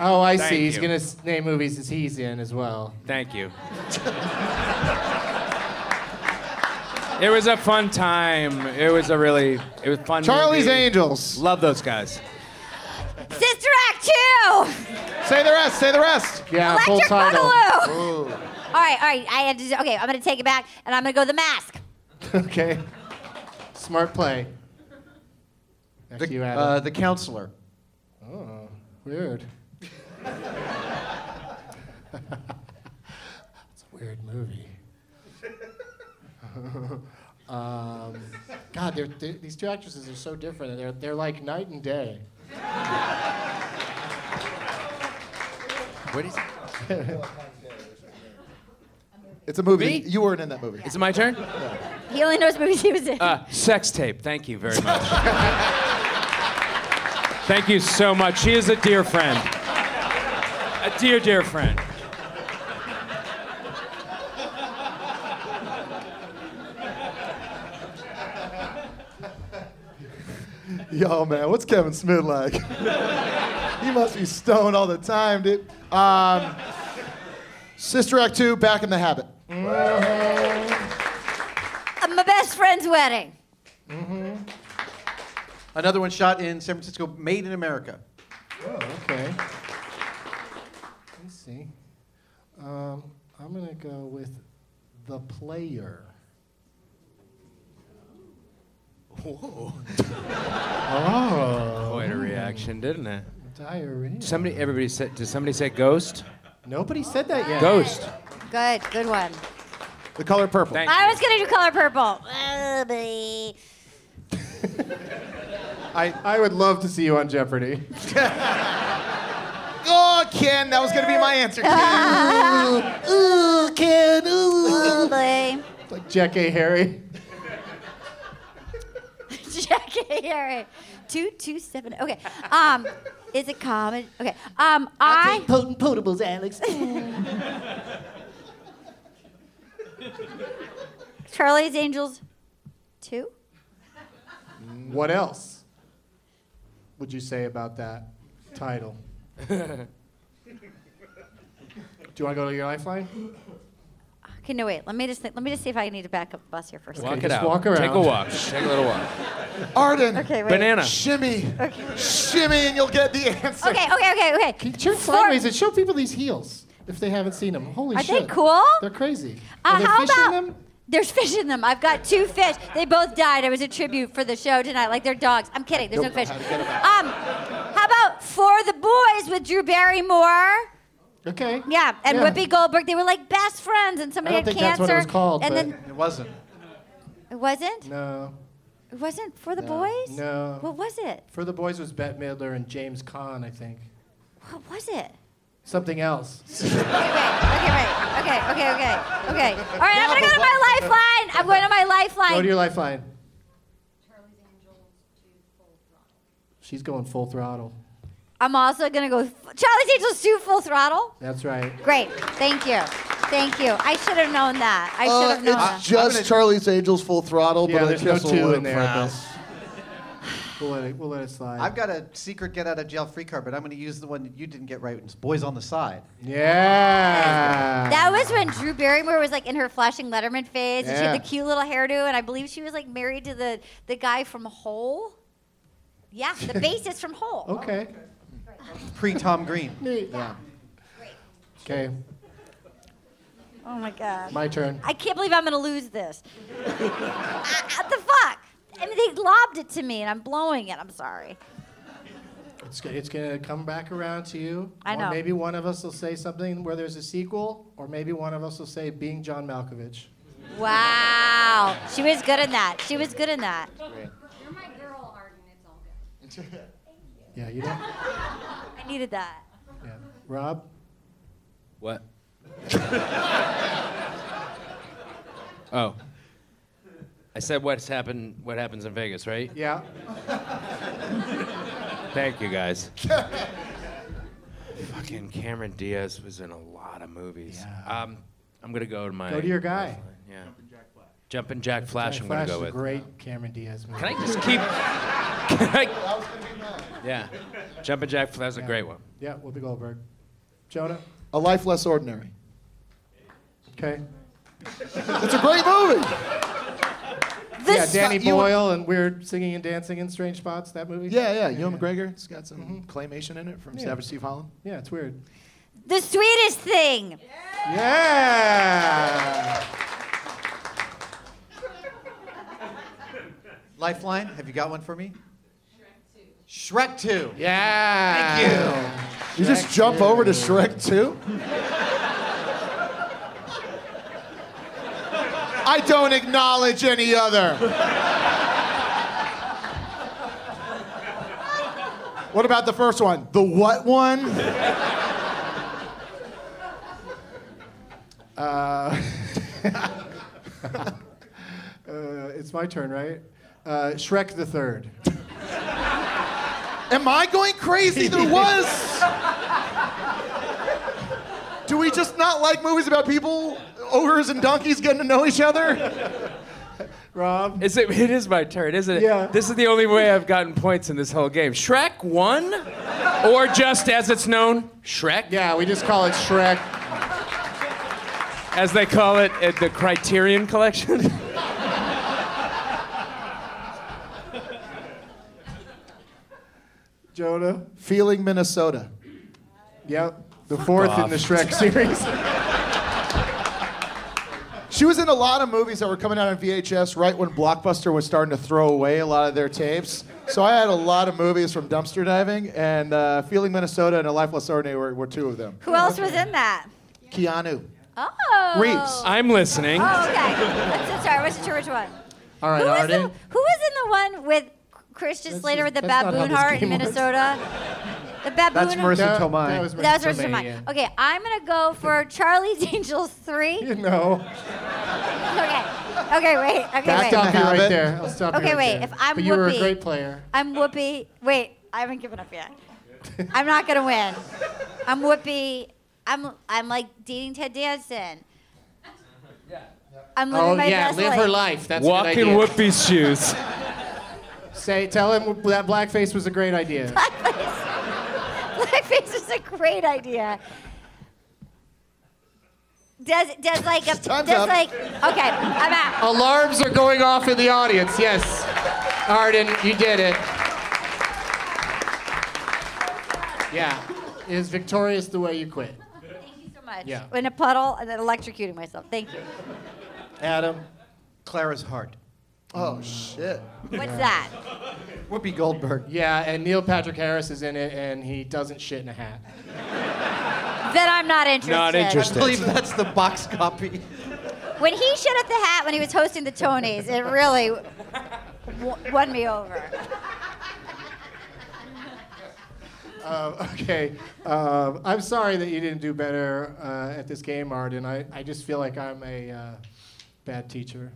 S2: Oh, I
S4: Thank
S2: see. He's
S4: you.
S2: going to name movies as he's in as well.
S4: Thank you. it was a fun time. It was a really. It was fun.
S11: Charlie's
S4: movie.
S11: Angels.
S4: Love those guys.
S3: Sister Act 2!
S11: Say the rest. Say the rest.
S2: Yeah, full
S3: Electric
S2: title.
S3: Boogaloo! All right, all right. I had to, okay, I'm going to take it back, and I'm going to go The Mask.
S2: Okay. Smart play. Back to you, Adam.
S5: Uh, the Counselor.
S2: Weird. It's a weird movie. um, God, they're, they these two actresses are so different. They're, they're like night and day.
S4: What is?
S6: It's a movie.
S4: Me?
S6: You weren't in that movie.
S4: Is it my turn?
S3: He only knows movies he was in.
S4: Uh, sex tape. Thank you very much. Thank you so much. She is a dear friend. A dear, dear friend.
S6: Yo, man, what's Kevin Smith like? he must be stoned all the time, dude. Um, Sister Act 2, Back in the Habit.
S3: Uh, my best friend's wedding.
S5: Another one shot in San Francisco, Made in America.
S2: Oh, okay. Let's see. Um, I'm going to go with The Player. Whoa. oh,
S4: Quite a reaction, didn't it?
S2: diarrhea.
S4: Somebody, everybody said. Did somebody say ghost?
S2: Nobody said that yet.
S4: Ghost.
S3: Good, good one.
S6: The color purple.
S4: Thank
S3: I
S4: you.
S3: was going to do Color Purple. Uh, bleh.
S2: I, I would love to see you on Jeopardy.
S11: Oh, Ken, that was going to be my answer.
S6: Ooh, kid, ooh.
S3: Oh, bleh.
S2: like Jack A. Harry.
S3: Jack Harry. Two two seven. Okay. Um, is it common? Okay. Um, I.
S2: potent potables, Alex.
S3: Charlie's Angels. Two.
S2: what else would you say about that title? Do you want to go to your lifeline?
S3: Okay. Okay, no, wait. Let me just think. Let me just see if I need to back up the bus here for a second.
S4: Walk it
S2: just
S4: out.
S2: walk
S4: Take a
S2: around.
S4: walk. Take a little walk.
S9: Arden,
S3: Okay, wait.
S4: Banana.
S9: shimmy, shimmy, and you'll get the answer.
S3: Okay, okay, okay, okay.
S2: Can you turn
S3: Four-
S2: sideways and show people these heels if they haven't seen them? Holy
S3: Are
S2: shit.
S3: they cool?
S2: They're crazy.
S3: Uh,
S2: Are they
S3: how
S2: fish in
S3: about
S2: them?
S3: there's fish in them? I've got two fish. They both died. It was a tribute for the show tonight. Like they're dogs. I'm kidding. There's no fish. Um, how about for the boys with Drew Barrymore?
S2: Okay.
S3: Yeah, and
S2: Yeah.
S3: Whoopi Goldberg. They were like best friends, and somebody
S2: I don't
S3: had
S2: think that's
S3: cancer.
S2: what it was called,
S3: and
S2: but-
S3: then
S7: It wasn't.
S3: it wasn't.
S2: No.
S3: It wasn't for the
S2: No.
S3: boys.
S2: No.
S3: What was it?
S2: For the Boys was Bette Midler and James Caan, I think.
S3: What was it?
S2: Something else.
S3: Okay, okay, right. Okay, okay, okay, okay. All right, I'm gonna go to my lifeline. I'm going to my
S2: Go
S3: lifeline.
S2: to your lifeline. She's going full throttle.
S3: I'm also gonna go. Charlie's Angels do full throttle.
S2: That's right.
S3: Great. Thank you. Thank you. I should have known that. I
S2: Oh,
S3: should
S6: Uh,
S3: have
S6: it's
S3: known that.
S6: just Charlie's Angels full throttle,
S2: Yeah,
S6: but a
S2: there's no
S6: kiss will
S2: two
S6: work
S2: in there.
S6: for
S2: but
S6: us.
S2: We'll let it, we'll let it slide.
S7: I've got a secret get out of jail free card, but I'm going to use the one that you didn't get right. It's Boys on the Side.
S2: yeah.
S3: That was when Drew Barrymore was like in her flashing Letterman phase, and she
S2: Yeah.
S3: had the cute little hairdo, and I believe she was like married to the the guy from Hole. Yeah, the bassist from Hole.
S2: Okay.
S7: Pre Tom Green.
S2: Yeah. Okay,
S3: Oh my god.
S2: my turn.
S3: I can't believe I'm gonna lose this. Ah, what the fuck? I mean, they lobbed it to me, and I'm blowing it. I'm sorry.
S2: It's, go- it's gonna come back around to you.
S3: I
S2: Or
S3: know.
S2: maybe one of us will say something where there's a sequel, or maybe one of us will say being John Malkovich.
S3: Wow. She was good in that. She was good in that.
S12: You're my girl, Arden. It's all good.
S2: Yeah, you know.
S3: I needed that.
S2: Yeah. Rob.
S4: What? oh. I said what's happened what happens in Vegas, right?
S2: Yeah.
S4: Thank you guys. Fucking Cameron Diaz was in a lot of movies. Um, I'm gonna go to my
S2: Go to your guy.
S4: yeah. Jumpin' Jack Flash.
S2: Flash
S4: I'm gonna
S2: is
S4: go
S2: a
S4: with.
S2: great Cameron Diaz movie.
S4: Can I just keep? Can I? Yeah. Jumpin' Jack Flash is a great one.
S2: Yeah, Whoopi Goldberg. Jonah.
S6: A Life Less Ordinary.
S2: Okay.
S6: It's a great movie.
S2: Yeah,
S3: This
S2: Danny
S6: you-
S2: Boyle and weird singing and dancing in strange spots. That movie.
S6: Yeah, yeah. Mm-hmm. Ewan McGregor. It's got some claymation in it from Savage Steve Holland.
S2: Yeah, it's weird.
S3: the sweetest thing.
S2: Yeah.
S7: Lifeline, have you got one for me? Shrek 2. Shrek 2.
S2: Yeah.
S6: You just jump over to Shrek 2?
S9: I don't acknowledge any other. what about the first one?
S6: The what one?
S2: Uh, it's my turn, right? Uh, Shrek the Third.
S9: Am I going crazy? There was. Do we just not like movies about people, ogres and donkeys getting to know each other?
S2: Rob.
S4: Is it? It is my turn, isn't it?
S2: Yeah.
S4: This is the only way I've gotten points in this whole game. Shrek one, or just as it's known, Shrek,
S2: Yeah, we just call it Shrek.
S4: as they call it at the Criterion Collection.
S2: Jonah.
S6: Feeling Minnesota.
S2: Yep. The fourth in the Shrek series.
S6: She was in a lot of movies that were coming out on VHS right when Blockbuster was starting to throw away a lot of their tapes. So I had a lot of movies from dumpster diving, and uh, Feeling Minnesota and A Life Less Ordinary were, were two of them.
S3: Who else was in that?
S6: Keanu.
S3: Oh.
S6: Reeves.
S4: I'm listening.
S3: Oh, okay. I'm so sorry. I wasn't sure which one.
S2: All right,
S3: who, was
S2: Arden.
S3: the, who was in the one with Christian
S2: That's
S3: Slater
S2: just-
S3: with the
S2: that's not how
S3: baboon
S2: this
S3: heart in
S2: game works.
S3: Minnesota? The baboon
S7: That's Marissa
S2: That-
S7: Tomei.
S2: that was
S3: That's
S2: Marissa
S3: versus mine.
S2: Tomei,
S3: Okay, I'm gonna go for Charlie's Angels three.
S2: yeah. No.
S3: Okay, okay, wait, okay,
S2: I'll
S3: wait.
S2: stop you right
S6: habit.
S2: there. I'll stop you
S3: Okay,
S2: right
S3: wait,
S2: there.
S3: if I'm
S2: But you were a
S3: Whoopi-
S2: great player.
S3: I'm Whoopi. Wait, I haven't given up yet. I'm not gonna win. I'm Whoopi. I'm I'm like dating Ted Danson. I'm living
S2: Oh
S3: my
S2: yeah,
S3: best
S2: live
S3: life.
S2: her life. That's
S4: Walk
S2: a good
S4: in
S2: idea.
S4: Whoopi's shoes.
S2: Say, tell him that blackface was a great idea.
S3: Blackface is a great idea. Does does like a does
S2: Time's up.
S3: like okay? I'm out.
S2: Alarms are going off in the audience. Yes, Arden, you did it. Yeah, is victorious the way you quit,
S3: Thank you so much.
S2: Yeah.
S3: In a puddle and then electrocuting myself. Thank you.
S5: Adam, Clara's heart.
S2: Oh shit.
S3: What's that?
S5: Whoopi Goldberg.
S2: Yeah, and Neil Patrick Harris is in it, and he doesn't shit in a hat.
S3: Then I'm not interested.
S4: Not
S7: I
S4: interested.
S7: believe that's the box copy.
S3: When he showed up the hat when he was hosting the Tonys, it really w- won me over.
S2: Okay, um, I'm sorry that you didn't do better uh, at this game, Arden. I, I just feel like I'm a uh, bad teacher.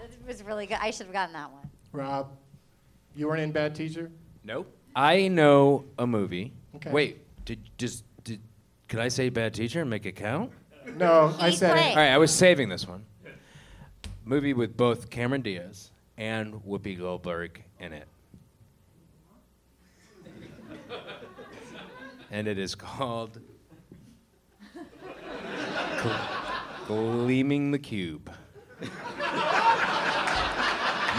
S3: It was really good. I should have gotten that one.
S2: Rob, you weren't in bad teacher?
S4: Nope. I know a movie.
S2: Okay.
S4: Wait, did just did could I say bad teacher and make it count?
S2: No, I
S3: He's
S2: said
S3: playing.
S4: All right, I was saving this one. Movie with both Cameron Diaz and Whoopi Goldberg in it. and it is called Gl- Gleaming the Cube.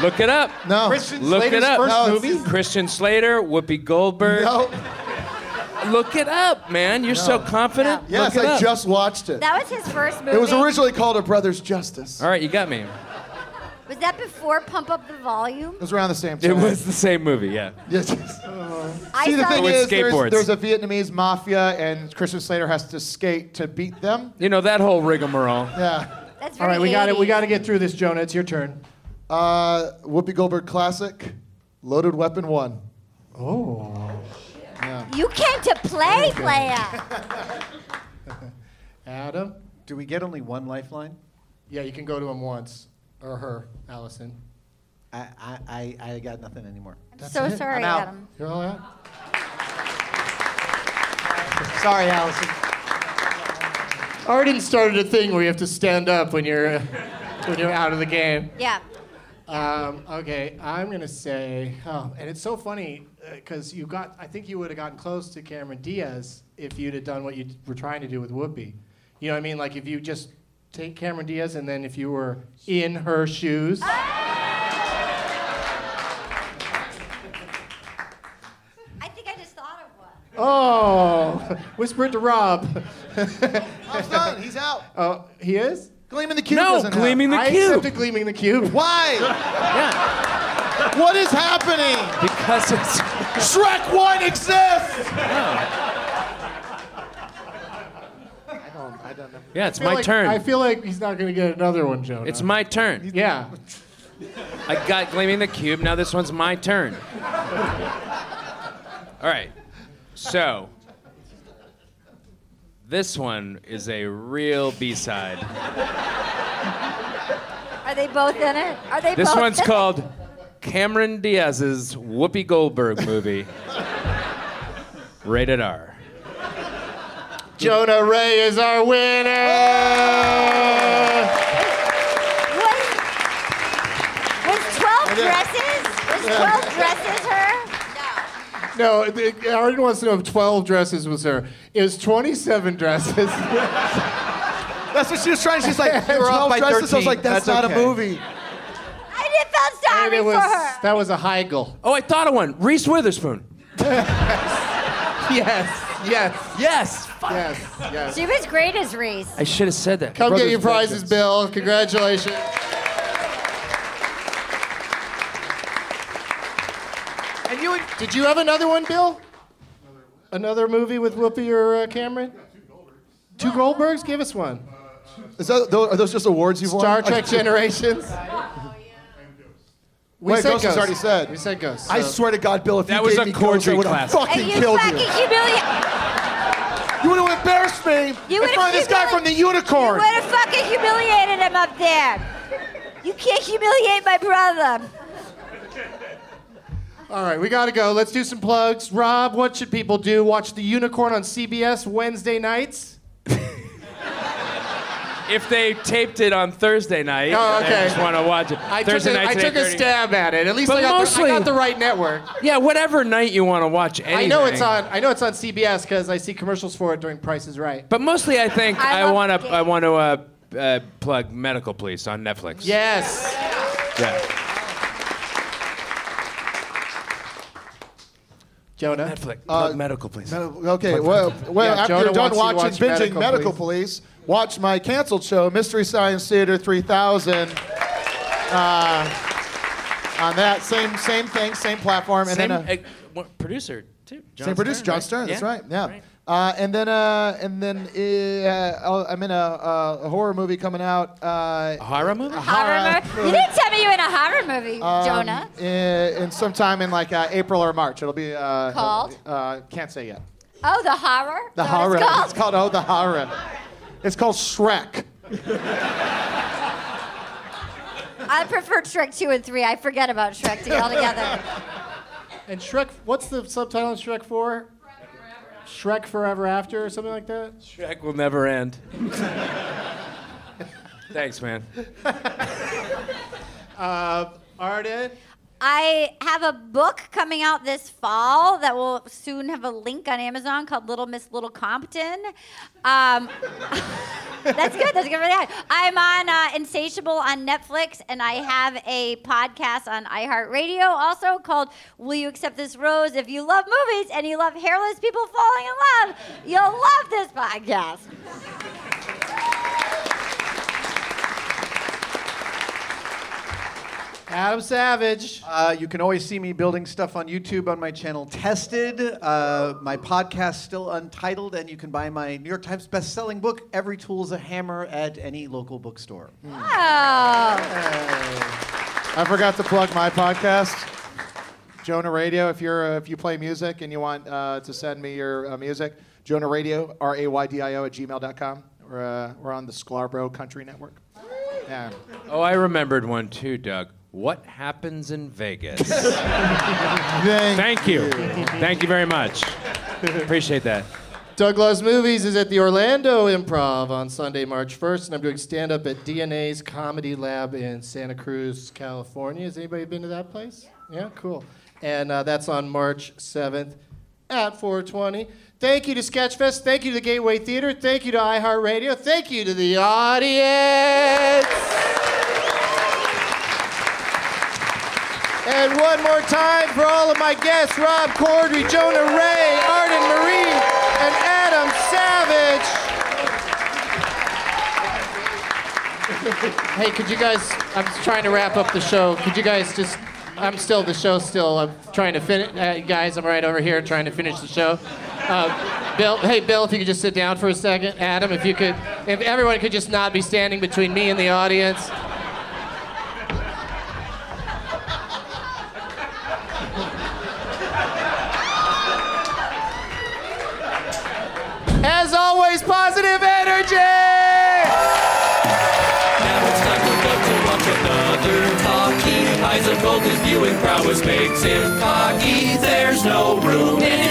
S4: Look it up.
S9: No.
S7: Christian
S4: Look
S7: Slater's
S4: it up.
S7: first
S9: No, it's-
S7: movie.
S4: Christian Slater, Whoopi Goldberg.
S9: No.
S4: Look it up, man. You're so confident.
S9: Yes,
S4: Look it
S9: I
S4: up.
S9: just watched it.
S3: That was his first movie.
S9: It was originally called A Brother's Justice.
S4: All right, you got me.
S3: Was that before Pump Up the Volume?
S9: It was around the same time.
S4: It was the same movie, yeah.
S9: Yes. yes.
S3: I
S9: See, the
S3: saw
S9: thing
S4: With
S9: is,
S4: skateboards.
S9: there's, there's a Vietnamese mafia, and Christian Slater has to skate to beat them.
S4: You know that whole rigmarole.
S9: Yeah.
S3: That's
S2: All right,
S3: very
S2: we got it. We
S3: 80s.
S2: got to get through this, Jonah. It's your turn.
S9: Uh, Whoopi Goldberg classic, Loaded Weapon 1.
S3: You came to play, playa.
S2: Adam?
S7: Do we get only one lifeline?
S2: Yeah, you can go to him once. Or her, Allison.
S7: I, I, I, I got nothing anymore.
S3: I'm so sorry,
S7: I'm out.
S3: Adam.
S2: You're all out?
S7: Sorry, Allison.
S2: Arden started a thing where you have to stand up when you're, when you're out of the game.
S3: Yeah.
S2: Um, okay, I'm gonna say, oh, and it's so funny because you got. I think you would have gotten close to Cameron Diaz if you'd have done what you were trying to do with Whoopi. You know what I mean? Like if you just take Cameron Diaz and then if you were in her shoes.
S3: I think I just thought of one.
S2: Oh, whisper it to Rob.
S9: Rob's done. He's out.
S2: Oh, he is.
S9: Gleaming the Cube
S4: No,
S9: doesn't have-
S4: gleaming the
S2: I
S4: cube.
S2: accepted gleaming the cube.
S9: Why? What is happening?
S4: Because it's
S9: Shrek 1 exists!
S4: yeah, it's
S2: I feel
S4: my
S2: like-
S4: turn.
S2: I feel like he's not gonna get another one, Jonah.
S4: it's my turn.
S2: yeah.
S4: I got gleaming the cube. Now this one's my turn. All right. So this one is a real B-side.
S3: Are they both in it? Are they
S4: This
S3: both?
S4: one's
S3: in it?
S4: called Cameron Diaz's Whoopi Goldberg movie. Rated R.
S2: Jonah Ray is our winner.
S3: Was, was 12 dresses? Was 12 dresses her?
S2: No, the, Arden wants to know if 12 dresses was her. It was 27 dresses.
S9: That's what she was trying. She's like,
S7: We're off
S9: 12
S7: by
S9: dresses. I was
S7: 13.
S9: like, that's,
S7: That's
S9: not
S7: okay.
S9: a movie.
S3: No. I did felt sorry
S2: it was,
S3: for her.
S2: that was a Heigl.
S4: Oh, I thought of one. Reese Witherspoon.
S2: Yes, yes,
S4: Yes. Fuck.
S2: yes, yes.
S3: she was great as Reese.
S4: I should have said that.
S2: Come get your prizes, Bill. Congratulations.
S7: And you would
S2: Did you have another one, Bill? Another movie with Whoopi or uh, Cameron? Two Goldbergs? Give us one.
S9: Is that, tho- are those just awards you've
S2: Star
S9: won?
S2: Trek Generations. We
S9: Wait, Ghost
S2: said
S9: was
S2: Oh, Ghost.
S9: already said.
S2: We said Ghost.
S9: I
S2: so-
S9: swear to God, Bill, if
S4: That
S9: you
S4: was
S9: gave
S4: a
S9: me Ghost, I
S4: Cordry
S9: would have
S4: classic.
S9: fucking
S3: and you
S9: killed
S3: fucking
S9: you.
S3: humiliated.
S9: You would have embarrassed me
S3: You
S9: in
S3: would've-
S9: front of this
S3: you
S9: guy
S3: would've-
S9: from the
S3: You
S9: unicorn.
S3: would have fucking humiliated him up there. You can't humiliate my brother.
S2: All right, we got to go. Let's do some plugs. Rob, what should people do? Watch The Unicorn on CBS Wednesday nights?
S4: if they taped it on Thursday night,
S2: Oh,
S4: and
S2: okay.
S4: they just want to watch it.
S2: I took,
S4: Thursday
S2: a,
S4: night,
S2: I took a stab at it. At least
S4: But
S2: I got,
S4: mostly-
S2: the, I got the right network.
S4: Yeah, whatever night you want to watch anything.
S2: I know it's on. I know it's on CBS because I see commercials for it during Price is Right.
S4: But mostly, I think
S2: I
S4: I
S2: love
S4: want
S2: the
S4: to. I want to uh, uh, plug Medical Police on Netflix.
S2: Yes.
S4: Yeah.
S2: Jonah.
S4: Netflix.
S6: Uh,
S4: Medical Police.
S6: okay, well, well
S2: Yeah,
S6: after
S2: Jonah
S6: you're done watching
S2: wants you to watch
S6: Binging
S2: Medical
S6: Medical, Police, watch my canceled show, Mystery Science Theater 3000. Uh, on that same same thing, same platform, and
S4: Same
S6: then uh,
S4: uh, what- producer too. John
S6: Same producer, John Stern. That's right. Yeah. Uh, and then, uh, and then uh, I'll- I'm in a, uh, a horror movie coming out. Uh, a
S4: horror movie.
S3: Horror movie. You didn't tell me you were in a horror movie,
S6: um,
S3: Jonah.
S6: In, in sometime in like uh, April or March. It'll be uh,
S3: Called?
S6: Uh, can't say yet.
S3: Oh, the horror?
S6: The
S3: Is that
S6: horror.
S3: what it's called?
S6: Oh, the horror. It's called Shrek.
S3: I prefer Shrek 2 and 3. I forget about Shrek 2 altogether.
S2: And Shrek. What's the subtitle on Shrek Four? Shrek Forever After or something like that.
S4: Shrek will never end. Thanks, man.
S2: Uh, Arden.
S3: I have a book coming out this fall that will soon have a link on Amazon called Little Miss Little Compton. Um, that's good. That's good for that. I'm on uh, Insatiable on Netflix, and I have a podcast on iHeartRadio also called Will You Accept This Rose? If you love movies and you love hairless people falling in love, you'll love this podcast.
S2: Adam Savage.
S5: Uh, you can always see me building stuff on YouTube on my channel Tested. Uh, my podcast still untitled, and you can buy my New York Times best-selling book Every Tool's a Hammer at any local bookstore.
S6: Uh,
S3: Oh.
S6: I forgot to plug my podcast, Jonah Radio. If you're uh, if you play music and you want uh, to send me your uh, music, Jonah Radio, R A Y D I O at gmail.com. We're, uh, we're on the Scarborough Country Network. Yeah.
S4: Oh, I remembered one too, Doug. What happens in Vegas? Thank you. Thank you very much. Appreciate that.
S2: Doug Loves Movies is at the Orlando Improv on Sunday, March 1st, and I'm doing stand up at DNA's Comedy Lab in Santa Cruz, California. Has anybody been to that place? Yeah, cool. And uh, that's on March 7th at 420. Thank you to Sketchfest. Thank you to the Gateway Theater. Thank you to iHeartRadio. Thank you to the audience. And one more time for all of my guests Rob Cordry, Jonah Ray, Arden Marie, and Adam Savage. hey, could you guys? I'm just trying to wrap up the show. Could you guys just. I'm still the show, still. I'm trying to finish. Uh, guys, I'm right over here trying to finish the show. Uh, Bill, hey, Bill, if you could just sit down for a second. Adam, if you could. If everyone could just not be standing between me and the audience. As always, positive energy!
S1: Now it's time for Doug to watch another talkie. Eyes of gold, his viewing prowess makes him cocky. There's no room in